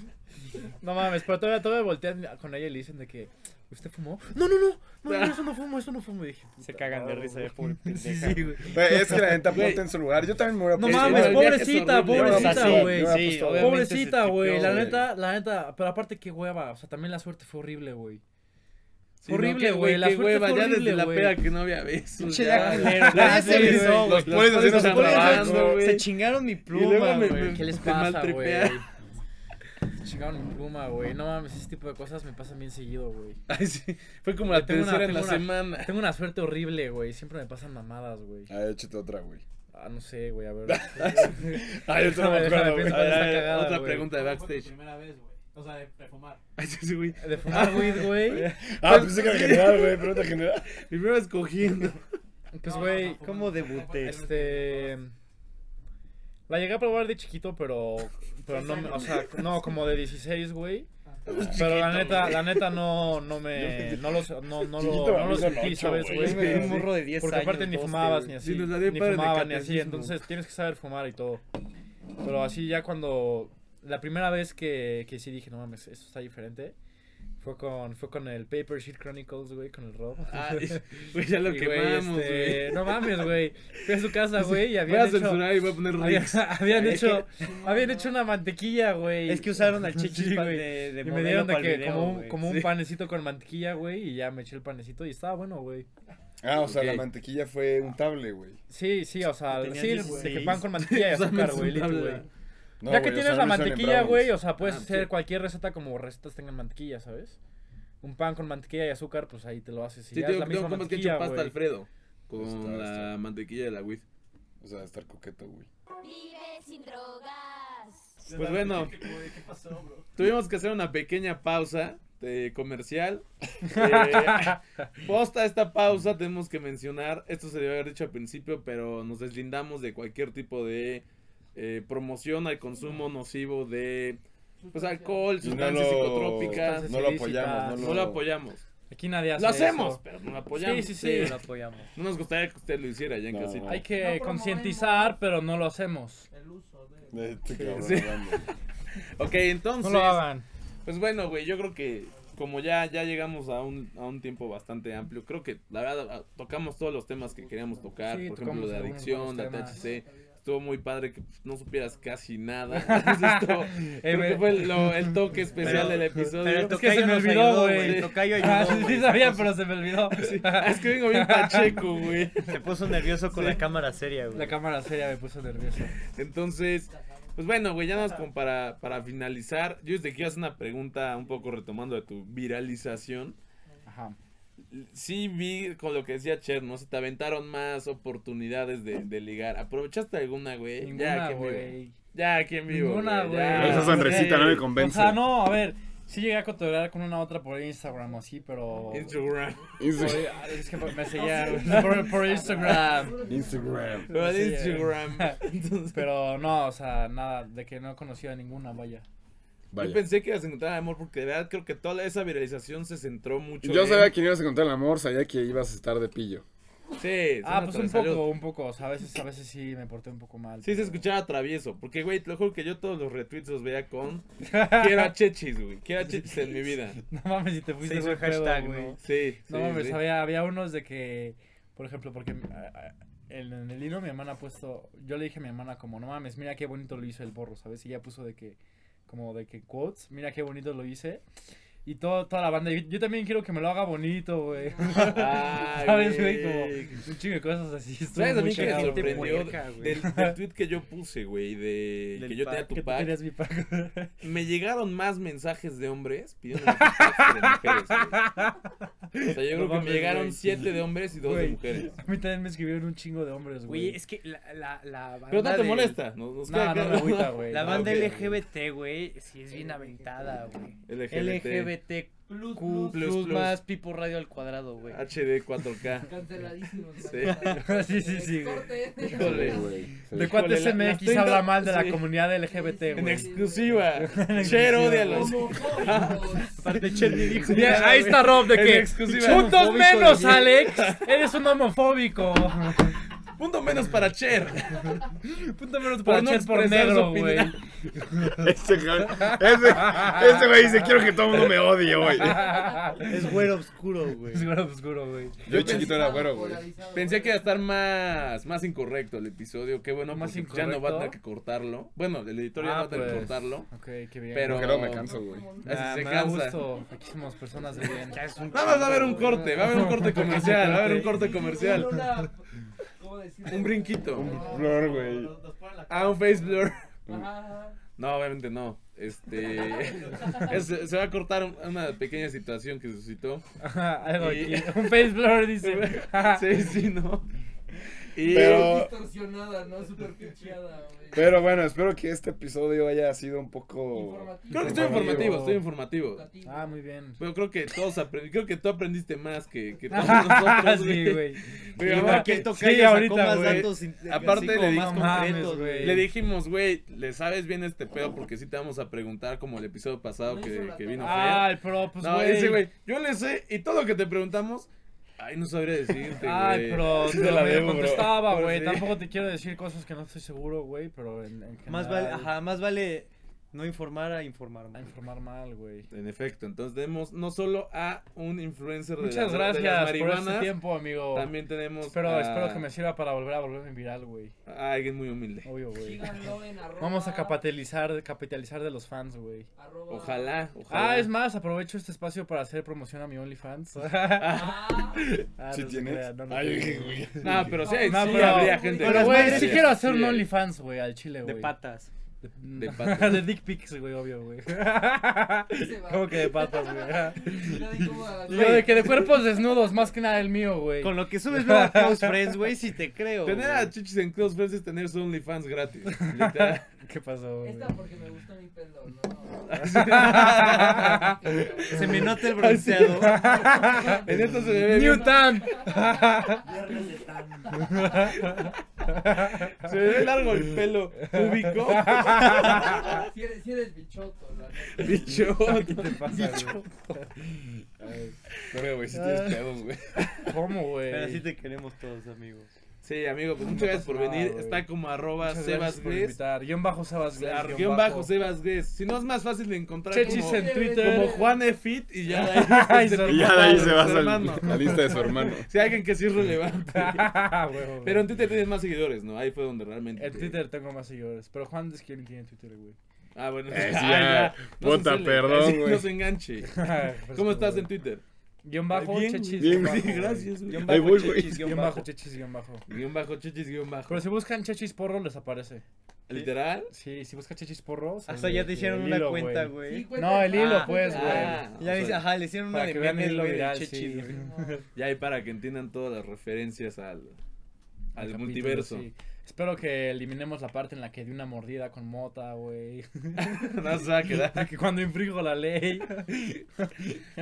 E: No mames, pero todavía, todavía voltean con ella y le dicen de que, ¿usted fumó? No, no, no, no,
C: Ah.
E: no, eso no fumo, eso no fumo. Y dije,
A: Se cagan de risa de pobre
E: sí,
A: pendeja.
E: sí, güey.
B: Güey, Es que la neta
C: Güey.
B: ponte en su lugar. Yo también me hubiera
E: No
B: puesto,
E: mames,
B: güey.
E: pobrecita,
C: Yo me
A: hubiera
E: pobrecita,
A: puesto,
E: güey.
B: yo me hubiera
A: Sí,
B: puesto.
A: obviamente se
E: Pobrecita, güey.
A: tripeó,
E: La
A: güey.
E: neta, la neta, pero aparte qué hueva, o sea, también la suerte fue horrible, güey.
C: Sí, no,
E: horrible,
C: qué
E: güey, la
C: qué
E: suerte
C: hueva,
E: fue
C: ya desde
E: horrible,
C: la
E: güey.
C: peda que no había besos.
A: Pinche
C: Ya,
A: ya culero, ya se
C: güey,
A: erizó,
C: los
A: güey.
C: polis
B: haciendo
C: están
B: su pluma.
C: trabajando, güey.
A: Se chingaron mi
C: Y luego
A: pluma,
C: me-
A: güey.
E: ¿Qué les
C: Te
E: pasa, güey?
C: maltripea.
E: Se Chingaron mi pluma, güey. No mames, ese tipo de cosas me pasan bien seguido, güey.
C: Ay, sí. Fue como la
E: Tengo una-
C: tercera en la
E: tengo una-
C: semana.
E: Tengo una suerte horrible, güey. Siempre me pasan mamadas, güey.
B: Ah, échate otra, güey.
E: Ah, no sé, güey, a ver.
B: Ah, yo
E: Déjame,
B: también me
E: déjame,
B: acuerdo, güey.
E: pienso.
C: A ver, a
E: está
C: ver,
E: cagada,
C: otra
E: güey.
C: pregunta de
F: ¿Cómo fue tu
C: backstage.
F: primera vez, güey? O sea, de, de fumar.
C: Ay, sí, sí, güey.
E: De fumar weed, güey.
B: Ah, pensé que era general, güey, pero otra general.
C: Mi primera vez cogiendo.
E: Pues,
F: No,
E: güey,
F: no, no,
A: ¿Cómo
F: fue-
A: debuté?
E: Este. La llegué a probar de chiquito, pero. Pero no, me- o sea, no, como de 16, güey. Pero la neta, la neta no, no me. No lo, no, no
B: Chiquito
E: lo,
B: para
E: no
B: mí
E: lo
B: son
E: sentí,
B: ocho,
E: ¿sabes,
B: güey?
E: güey?
A: Un morro de 10
E: Porque
A: años.
E: aparte ni
A: 12,
E: fumabas ni
A: güey.
E: así.
C: Sí, nos la dio
E: ni
C: padre de
E: fumabas ni así.
C: catecismo.
E: Entonces tienes que saber fumar y todo. Pero así ya cuando. La primera vez que, que sí dije, no mames, esto está diferente. Fue con, fue con el Paper Sheet Chronicles, güey, con el Rob.
C: Ay, güey, ya lo
E: Y, güey,
C: quemamos, güey.
E: este, No mames, güey. Fui a su casa, güey, y
C: Voy a
E: habían hecho...
C: censurar y voy a poner
E: había-
C: rings.
E: habían hecho... Habían hecho una mantequilla, güey.
A: Es que usaron al chichis
E: Sí,
A: pa-
E: güey.
A: de, de
E: Y me
A: modelo
E: dieron de
A: pa'l
E: que
A: video,
E: como, un,
A: güey.
E: como un
C: Sí.
E: panecito con mantequilla, güey, y ya me eché el panecito y estaba bueno, güey.
B: Ah, o sea,
C: Ok.
B: la mantequilla fue un table, güey.
E: Sí, sí, o sea,
A: Tenía
E: sí, de que
A: 16.
E: pan con mantequilla y
C: O sea,
E: azúcar,
C: me
E: güey, lit,
C: habla.
E: güey.
B: No,
E: ya
B: güey,
E: que
B: o sea, no
E: tienes la
B: lo usan en
E: mantequilla, güey,
B: brownies.
E: o sea, puedes
C: Ah,
E: hacer
C: sí.
E: cualquier receta como recetas tengan mantequilla, ¿sabes? Un pan con mantequilla y azúcar, pues ahí te lo haces. Y
C: Sí,
E: ya
C: te
E: es
C: digo
E: la
C: que tengo
E: misma
C: como que he hecho
E: mantequilla,
C: pasta
E: güey. Pues
C: Alfredo.
B: Está,
C: Con la
B: está.
C: mantequilla de la weed.
B: O sea, estar coqueto, güey.
J: Vive sin drogas.
C: Pues bueno,
F: ¿Qué, qué pasó, bro?
C: tuvimos que hacer una pequeña pausa eh, comercial. Eh, posta esta pausa, tenemos que mencionar, esto se debe haber dicho al principio, pero nos deslindamos de cualquier tipo de eh, promoción al consumo nocivo de pues, alcohol,
B: Y no
C: sustancias
B: lo,
C: psicotrópicas.
B: no lo apoyamos, no lo,
C: No lo apoyamos.
E: Aquí nadie hace
C: Lo hacemos,
E: eso.
C: pero no lo apoyamos.
E: Sí, sí, sí, lo apoyamos.
C: No nos gustaría que usted lo hiciera ya en
B: No,
C: casita.
B: no.
E: Hay que
F: No promovemos.
E: concientizar, pero no lo hacemos.
F: El uso de...
B: Este cabrón
C: Sí.
B: hablando.
C: Ok, entonces.
E: No lo hagan.
C: Pues bueno, güey, yo creo que como ya, ya llegamos a un, a un tiempo bastante amplio, creo que la verdad a- tocamos todos los temas que queríamos tocar,
E: Sí,
C: por ejemplo,
E: tocamos
C: de
E: algunos
C: adicción, de
E: buenos temas.
C: THC. Estuvo muy padre que pues, no supieras casi nada. Esto, creo que
E: güey.
C: fue el- lo- el toque especial del episodio.
A: Pero el
E: Es que se
A: tocayo
E: me
A: nos
E: olvidó,
A: ayudó,
E: güey.
A: güey. El tocayo
E: Ah,
A: ayudó,
E: sí,
A: güey.
E: sabía, pero se me olvidó.
C: Ah, es que vengo bien pacheco, güey.
A: Se puso nervioso con la cámara seria, güey.
E: La cámara seria me puso nervioso.
C: Entonces, pues bueno, güey, ya nada más como para, para finalizar, yo te quiero hacer una pregunta un poco retomando de tu viralización.
E: Ajá.
C: Sí vi con lo que decía Cher, ¿no? Se te aventaron más oportunidades de, de ligar. ¿Aprovechaste alguna, güey? ya
E: Ninguna,
C: aquí en vivo.
E: güey.
C: Ya aquí en vivo.
E: Ninguna,
C: ya.
E: güey.
B: Esa sonrisita no me
E: O
B: convence.
E: sea, no, a ver. Sí llegué a cotorrear con una otra por Instagram o así, pero...
C: Instagram.
B: Insta-
E: Por- es que me seguía güey, por,
C: Ah.
E: por Instagram.
B: Instagram.
C: Pero
E: Sí,
C: de Instagram. Entonces,
E: Pero no, o sea, nada, de que no conocía a ninguna, vaya.
C: Yo
B: Vaya.
C: pensé que ibas a encontrar amor porque de verdad creo que toda esa viralización se centró mucho
B: Yo
C: en-
B: sabía quién ibas a encontrar el amor, sabía que ibas a estar de pillo.
C: Sí,
E: Ah,
C: suena
E: pues un
C: travesalud.
E: poco, un poco. O sea, a veces, a veces sí me porté un poco mal.
C: Sí se
E: pero-
C: escuchaba travieso, porque güey, te lo juro que yo todos los retweets los veía con quiero a Chechis, güey, quiero a Chechis en mi vida.
E: No mames, si te fuiste
C: Se hizo
E: buen pedo,
C: hashtag,
E: güey.
C: ¿no? Sí,
E: No
C: sí,
E: mames,
C: sí.
E: Había, había unos de que, por ejemplo, porque ah, ah, en, en el hilo mi hermana ha puesto, yo le dije a mi hermana como, no mames, mira qué bonito lo hizo el borro, ¿sabes? Y ella puso de que, como de que quotes, mira qué bonito lo hice. Y todo, toda la banda, y yo también quiero que me lo haga bonito, güey.
C: Ah. Ay,
E: ¿Sabes, güey? Como
C: güey.
E: un chingo de cosas así. estuvo
C: ¿Sabes a
E: muy
C: mí que me
E: cagado, güey.
C: sorprendió
E: Muñeca, güey.
C: del, del tweet que yo puse, güey, de
E: Del
C: que yo
E: pack,
C: tenía
E: que
C: tu
E: tú
C: pack?
E: tenías mi pack.
C: Me llegaron más mensajes de hombres pidiéndome tus packs que de mujeres, güey. O sea, yo
E: No
C: creo que me
E: mames,
C: llegaron
E: güey.
C: siete de hombres y dos de
E: Güey,
C: mujeres.
E: A mí también me escribieron un chingo de hombres, güey.
K: Güey, es que la, la, la banda.
C: Pero no te
K: del-
C: molesta, nos- nos queda
E: No, no
C: claro.
E: me agüita, güey.
K: La
C: Ah,
K: banda
C: ok.
K: LGBT, güey, sí es bien aventada, güey.
C: LGBT.
K: LGBT
G: Plus,
K: Q,
C: plus,
K: plus,
C: plus.
K: más Pipo Radio al cuadrado, güey.
C: HD 4K.
L: Canceladísimos.
C: Sí.
L: banda.
E: Sí, sí, sí, güey.
G: eh.
E: Pues,
L: Corte.
C: Híjole.
E: ¿De cuánto
C: Híjole, la- las
E: SMX
C: tengo-
E: habla mal de la
C: sí.
E: comunidad LGBT, güey?
C: En exclusiva. Cher,
E: pues,
C: ódialos.
E: Aparte,
C: Cher ni dijo
E: Ya,
C: nada,
E: ahí
C: güey.
E: está Rob, de
C: En
E: que.
C: exclusiva.
E: ¡Puntos
C: Homofóbico,
E: menos,
C: dije.
E: Alex! ¡Eres un homofóbico!
C: Punto menos para Cher.
E: Punto menos
C: Por
E: para
C: no
E: Cher por
C: expresar su
E: negro, güey.
C: opinión.
B: Este güey ese- este güey dice: Quiero que todo el mundo me odie, güey.
D: Es güero oscuro, güey.
E: Es güero oscuro, güey.
B: Yo chiquito era güero, güey.
C: Pensé que iba a estar más, más incorrecto el episodio. Qué bueno,
E: ¿Más
C: más ya no va a
E: incorrecto?
C: tener que cortarlo. Bueno, el editor ya
E: Ah,
C: no va a tener que
E: pues,
C: cortarlo.
E: ok, qué bien.
C: Pero
B: Porque luego me canso, güey.
E: Ah,
C: Así se
E: me da
C: cansa.
E: gusto. Aquí somos personas de bien.
C: Nada más va a haber un corte, va a haber un corte comercial, va a haber un corte comercial.
L: ¿Cómo decir?
C: Un brinquito.
B: Un blur, güey.
C: Ah, un face blur.
L: Ajá.
C: No, obviamente no. Este. es- se va a cortar un- una pequeña situación que suscitó.
E: Ajá, algo
C: Y-
E: aquí. Un face blur, dice.
C: sí, sí, no. Y.
B: Pero,
L: Distorsionada, ¿no? Súper pincheada, güey.
B: pero bueno, espero que este episodio haya sido un poco.
L: Informativo.
C: Creo que estoy informativo, estoy informativo.
E: Ah, muy bien.
C: Pero creo que todos aprendí, creo que tú aprendiste más que, que todos nosotros.
E: Ah, sí, güey.
C: Mi
D: Y
C: mamá,
D: Marqués
C: que-
D: Tocayo
E: sí,
D: sacó
E: ahorita,
D: más
E: güey.
D: datos in-
C: Aparte
D: así
C: le
D: como
C: di-
D: más
E: No mames,
D: concretos,
E: güey.
D: güey.
C: Le dijimos, güey, le sabes bien este pedo porque sí te vamos a preguntar como el episodio pasado
L: No hizo
C: que,
L: la
C: que vino
E: Ah,
C: Fer.
E: el pro, pues,
C: No,
E: güey.
C: ese güey, yo le sé y todo lo que te preguntamos, ay, no sabría decirte,
E: Ay,
C: este, güey.
E: pero
C: Sí
E: te
C: la
E: la
C: debo, bro.
E: contestaba,
C: Pero
E: güey.
C: sí.
E: Tampoco te quiero decir cosas que no estoy seguro, güey, pero en, en general...
D: Más vale, ajá, más vale no informar a informar.
E: A
D: güey.
E: informar mal, güey.
C: En efecto, entonces tenemos no solo a un influencer de las-
E: Muchas
C: de las,
E: gracias por este
C: marihuanas,
E: tiempo, amigo.
C: también tenemos
E: Espero,
C: a,
E: espero que me sirva para volver a volverme viral, güey.
C: a alguien muy humilde.
E: Obvio, güey.
L: Síganlo en arroba-
E: Vamos a capitalizar, capitalizar de los fans, güey.
L: arroba-
C: Ojalá, ojalá.
E: Ah, es más, aprovecho este espacio para hacer promoción a mi OnlyFans.
L: Ah,
E: Ah,
B: Si
E: no se
B: tienes.
E: crean, no, no
B: Ay,
E: crean.
B: güey.
C: No, pero sí, hay-
E: No,
C: sí
E: pero-
C: habría gente.
E: Pero, güey,
C: Sí,
E: sí quiero hacer
C: sí
E: un
C: hay.
E: OnlyFans, güey, al chile,
D: De
E: güey.
D: patas.
E: De,
C: patas.
E: de dick pics, güey, obvio, güey.
L: se va.
E: ¿Cómo que de patas, güey?
L: Ya de cómo a-
E: Yo de que de cuerpos desnudos, más que nada el mío, güey.
D: Con lo que subes luego a Close Friends, güey, si te creo.
C: Tener
D: güey.
C: a Chichis en Close Friends es tener su OnlyFans gratis. literal.
E: ¿Qué pasó, güey?
L: Esta porque me gusta mi pelo, ¿no?
D: Se me nota el bronceado.
C: en esto se me ve bien,
E: Newton.
I: Viernes de tan.
C: se me ve largo el pelo púbico.
L: Si eres, si eres bichoto, la neta.
C: Bicho.
E: ¿Qué te pasa, güey?
B: Pero, güey, si tienes pedos, güey.
E: ¿Cómo, güey?
D: Pero así te queremos todos, amigos.
C: Sí, amigo, pues muchas
E: No
C: gracias por
E: pasa nada,
C: venir.
E: güey.
C: Está como arroba
E: Muchas gracias
C: Sebas
E: por
C: Gres.
E: invitar. Guión bajo Sebas Gres.
C: ar- Guión bajo Sebas Gres. Si no es más fácil de encontrar
E: Chechis
C: como,
E: en Twitter.
C: como Juan Efit y ya de ahí,
E: Ay, su
B: Y ya de ahí
C: su
B: se va a
C: hermano.
B: la lista de su hermano. Eh,
C: Si hay alguien que sí es relevante.
E: Güey, güey.
C: Pero en Twitter tienes más seguidores, ¿no? Ahí fue donde realmente.
E: En
C: te-
E: Twitter tengo más seguidores. Pero Juan es quien tiene Twitter, güey.
C: Ah, bueno.
B: Eh, sí,
C: Ah,
B: ya.
C: No se
B: Puta,
C: cele.
B: perdón,
C: Así
B: güey.
C: No se enganche. ¿Cómo estás en Twitter?
E: Guión Pues bajo,
C: Bien,
B: bien,
E: chechis. guión
B: sí,
E: bajo, güey.
C: gracias, güey.
E: Guión
B: Ahí
E: bajo,
B: voy, güey.
E: chechis, guión bajo, chechis, guión bajo.
C: Guión bajo, chichis, guión bajo.
E: Pero si buscan chechis porro, les aparece.
C: ¿Literal?
E: Sí, si buscan chechis porro.
D: Hasta
E: sale
D: ya te hicieron
E: el
D: una
E: hilo,
D: cuenta,
E: güey.
L: Sí,
D: güey.
L: cuenta-
E: No, el hilo,
L: Ah,
E: pues, güey.
C: Ah,
D: Ya
C: o
D: dices,
C: sea,
D: ajá, le hicieron una
E: Para
D: de
E: que vean
D: memes,
E: el hilo
D: güey, de
E: viral,
D: Chechi,
E: sí.
D: güey.
C: Ya y para que entiendan todas las referencias al, al
E: capítulo,
C: multiverso.
E: sí. Espero que eliminemos la parte en la que di una mordida con mota, güey.
C: no se va a quedar.
E: que cuando infringo la ley.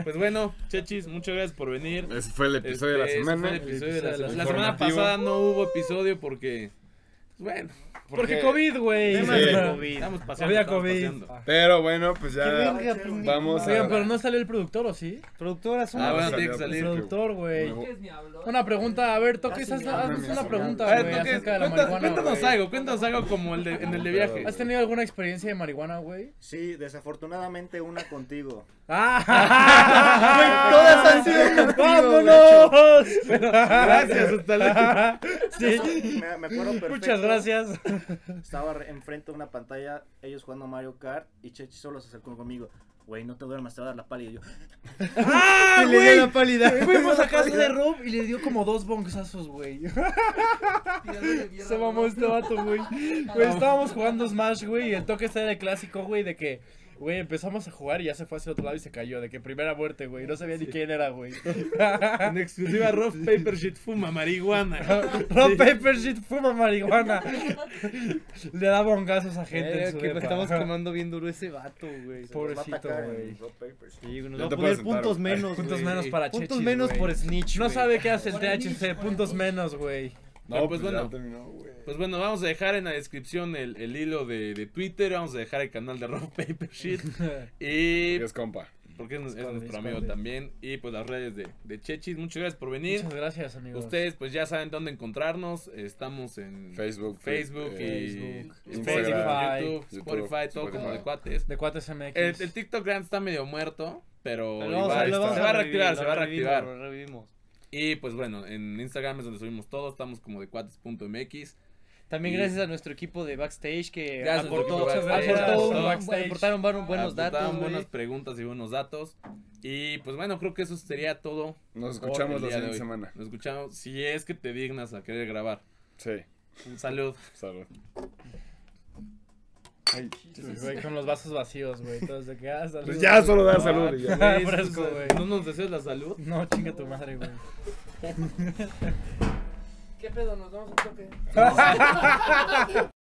C: Pues bueno, Chechis, muchas gracias por venir.
B: Ese fue el episodio
C: Este,
B: de
C: ese
B: la
C: fue el
B: semana.
C: episodio de la
E: El
C: semana.
E: episodio
C: La semana
B: informativo.
C: pasada no hubo episodio porque pues Bueno.
F: Porque COVID, güey.
C: Temas
B: Sí.
C: de
B: Sí.
C: COVID. Estamos paseando,
F: Había
C: estamos
F: COVID.
E: Ah,
C: paseando.
B: Pero bueno, pues
F: Que
B: ya
F: venga, pendejo.
B: vamos a...
F: Oigan, pero
E: no salió el productor, ¿o sí?
F: Productor, haz
B: Ah, bueno, tiene que
E: El
B: salir.
E: productor, güey.
G: Pues,
B: Nuevo.
E: Una pregunta, a ver, toques, haz, haznos una pregunta,
D: Ah,
C: A ver,
E: güey,
C: ¿tú qué-
E: acerca de la
C: cuenta-
E: marihuana.
C: cuéntanos
E: güey.
C: algo, cuéntanos algo como el de- en el de viaje.
E: ¿Has tenido alguna experiencia de marihuana, güey?
D: Sí, desafortunadamente una contigo.
E: ¡Ah!
D: Todas han sido contigo,
E: ¡Vámonos!
D: Bueno,
C: gracias, hasta luego.
D: Sí. Me, me acuerdo perfecto.
E: Muchas gracias.
D: Estaba re- enfrente de una pantalla, ellos jugando Mario Kart y Chechi solo se acercó conmigo. Güey, no te duermas, te va a dar la pálida. Y yo,
E: ¡Ah,
D: Y le dio
E: güey!
D: la pálida.
E: Fuimos a casa de Rob y le dio como dos bonzazos, güey. Se mamó este vato, güey. Güey, estábamos jugando Smash, güey, y el toque está de clásico, güey, de que, güey, empezamos a jugar y ya se fue hacia el otro lado y se cayó, de que primera muerte, güey. No sabía ni quién era, güey.
C: En exclusiva, Rob Paper Shit fuma marihuana.
E: Rob Paper Shit fuma marihuana. Le da bongazos a gente.
F: Verga,
E: en su
F: que lo
E: depa.
F: estamos quemando bien duro ese vato, güey.
E: Pobrecito, güey.
F: Sí, nos va a poner puntos menos,
E: Puntos
F: güey.
E: menos para
F: Puntos
E: Chechis,
F: menos
E: güey.
F: por snitch,
E: No
F: güey.
E: sabe qué hace el
F: Por el
E: THC. Puntos menos, güey.
C: No, pues, bueno. pues bueno, vamos a dejar en la descripción el, el hilo de, de Twitter, vamos a dejar el canal de Rob Paper Shit. y...
B: es compa.
C: Porque es, es
E: compa,
C: nuestro
E: es
C: amigo
E: compa.
C: también. Y pues las redes de, de Chechis. Muchas gracias por venir.
E: Muchas gracias, amigos.
C: Ustedes pues ya saben dónde encontrarnos. Estamos en
B: Facebook,
C: Facebook, y
E: eh, Facebook,
C: Facebook,
E: Instagram,
C: YouTube,
B: YouTube,
C: Spotify, todo
B: Spotify.
C: como de cuates.
E: De cuates MX.
C: El, el TikTok Grand está medio muerto, pero,
F: Pero vamos a-
C: igual
F: lo vamos
C: se va a
F: revivir,
C: reactivar,
F: lo
C: se va a
F: revivimos,
C: reactivar.
F: lo revivimos.
C: Y pues bueno, en Instagram es donde subimos todo, estamos como de cuates.mx.
F: También
C: Y-
F: gracias a nuestro equipo de backstage que
C: Gracias a nuestro
F: aportó,
C: equipo de backstage.
F: aportó un-
C: Backstage.
F: aportaron buenos buenos datos.
C: Aportaban
F: güey.
C: buenas preguntas y buenos datos. Y pues bueno, creo que eso sería todo.
B: Nos
C: por
B: escuchamos la
C: el día de
B: siguiente
C: hoy.
B: semana.
C: Nos escuchamos si es que te dignas a querer grabar.
B: Sí.
C: Un salud.
B: Salud.
E: Güey, con los vasos vacíos, güey. Entonces, de que, ah, salud.
B: Pues ya solo da salud y ya.
E: Ah, fresco, güey.
C: ¿No nos deseas la salud?
E: No, chinga tu madre, güey.
G: ¿Qué pedo? Nos damos un toque.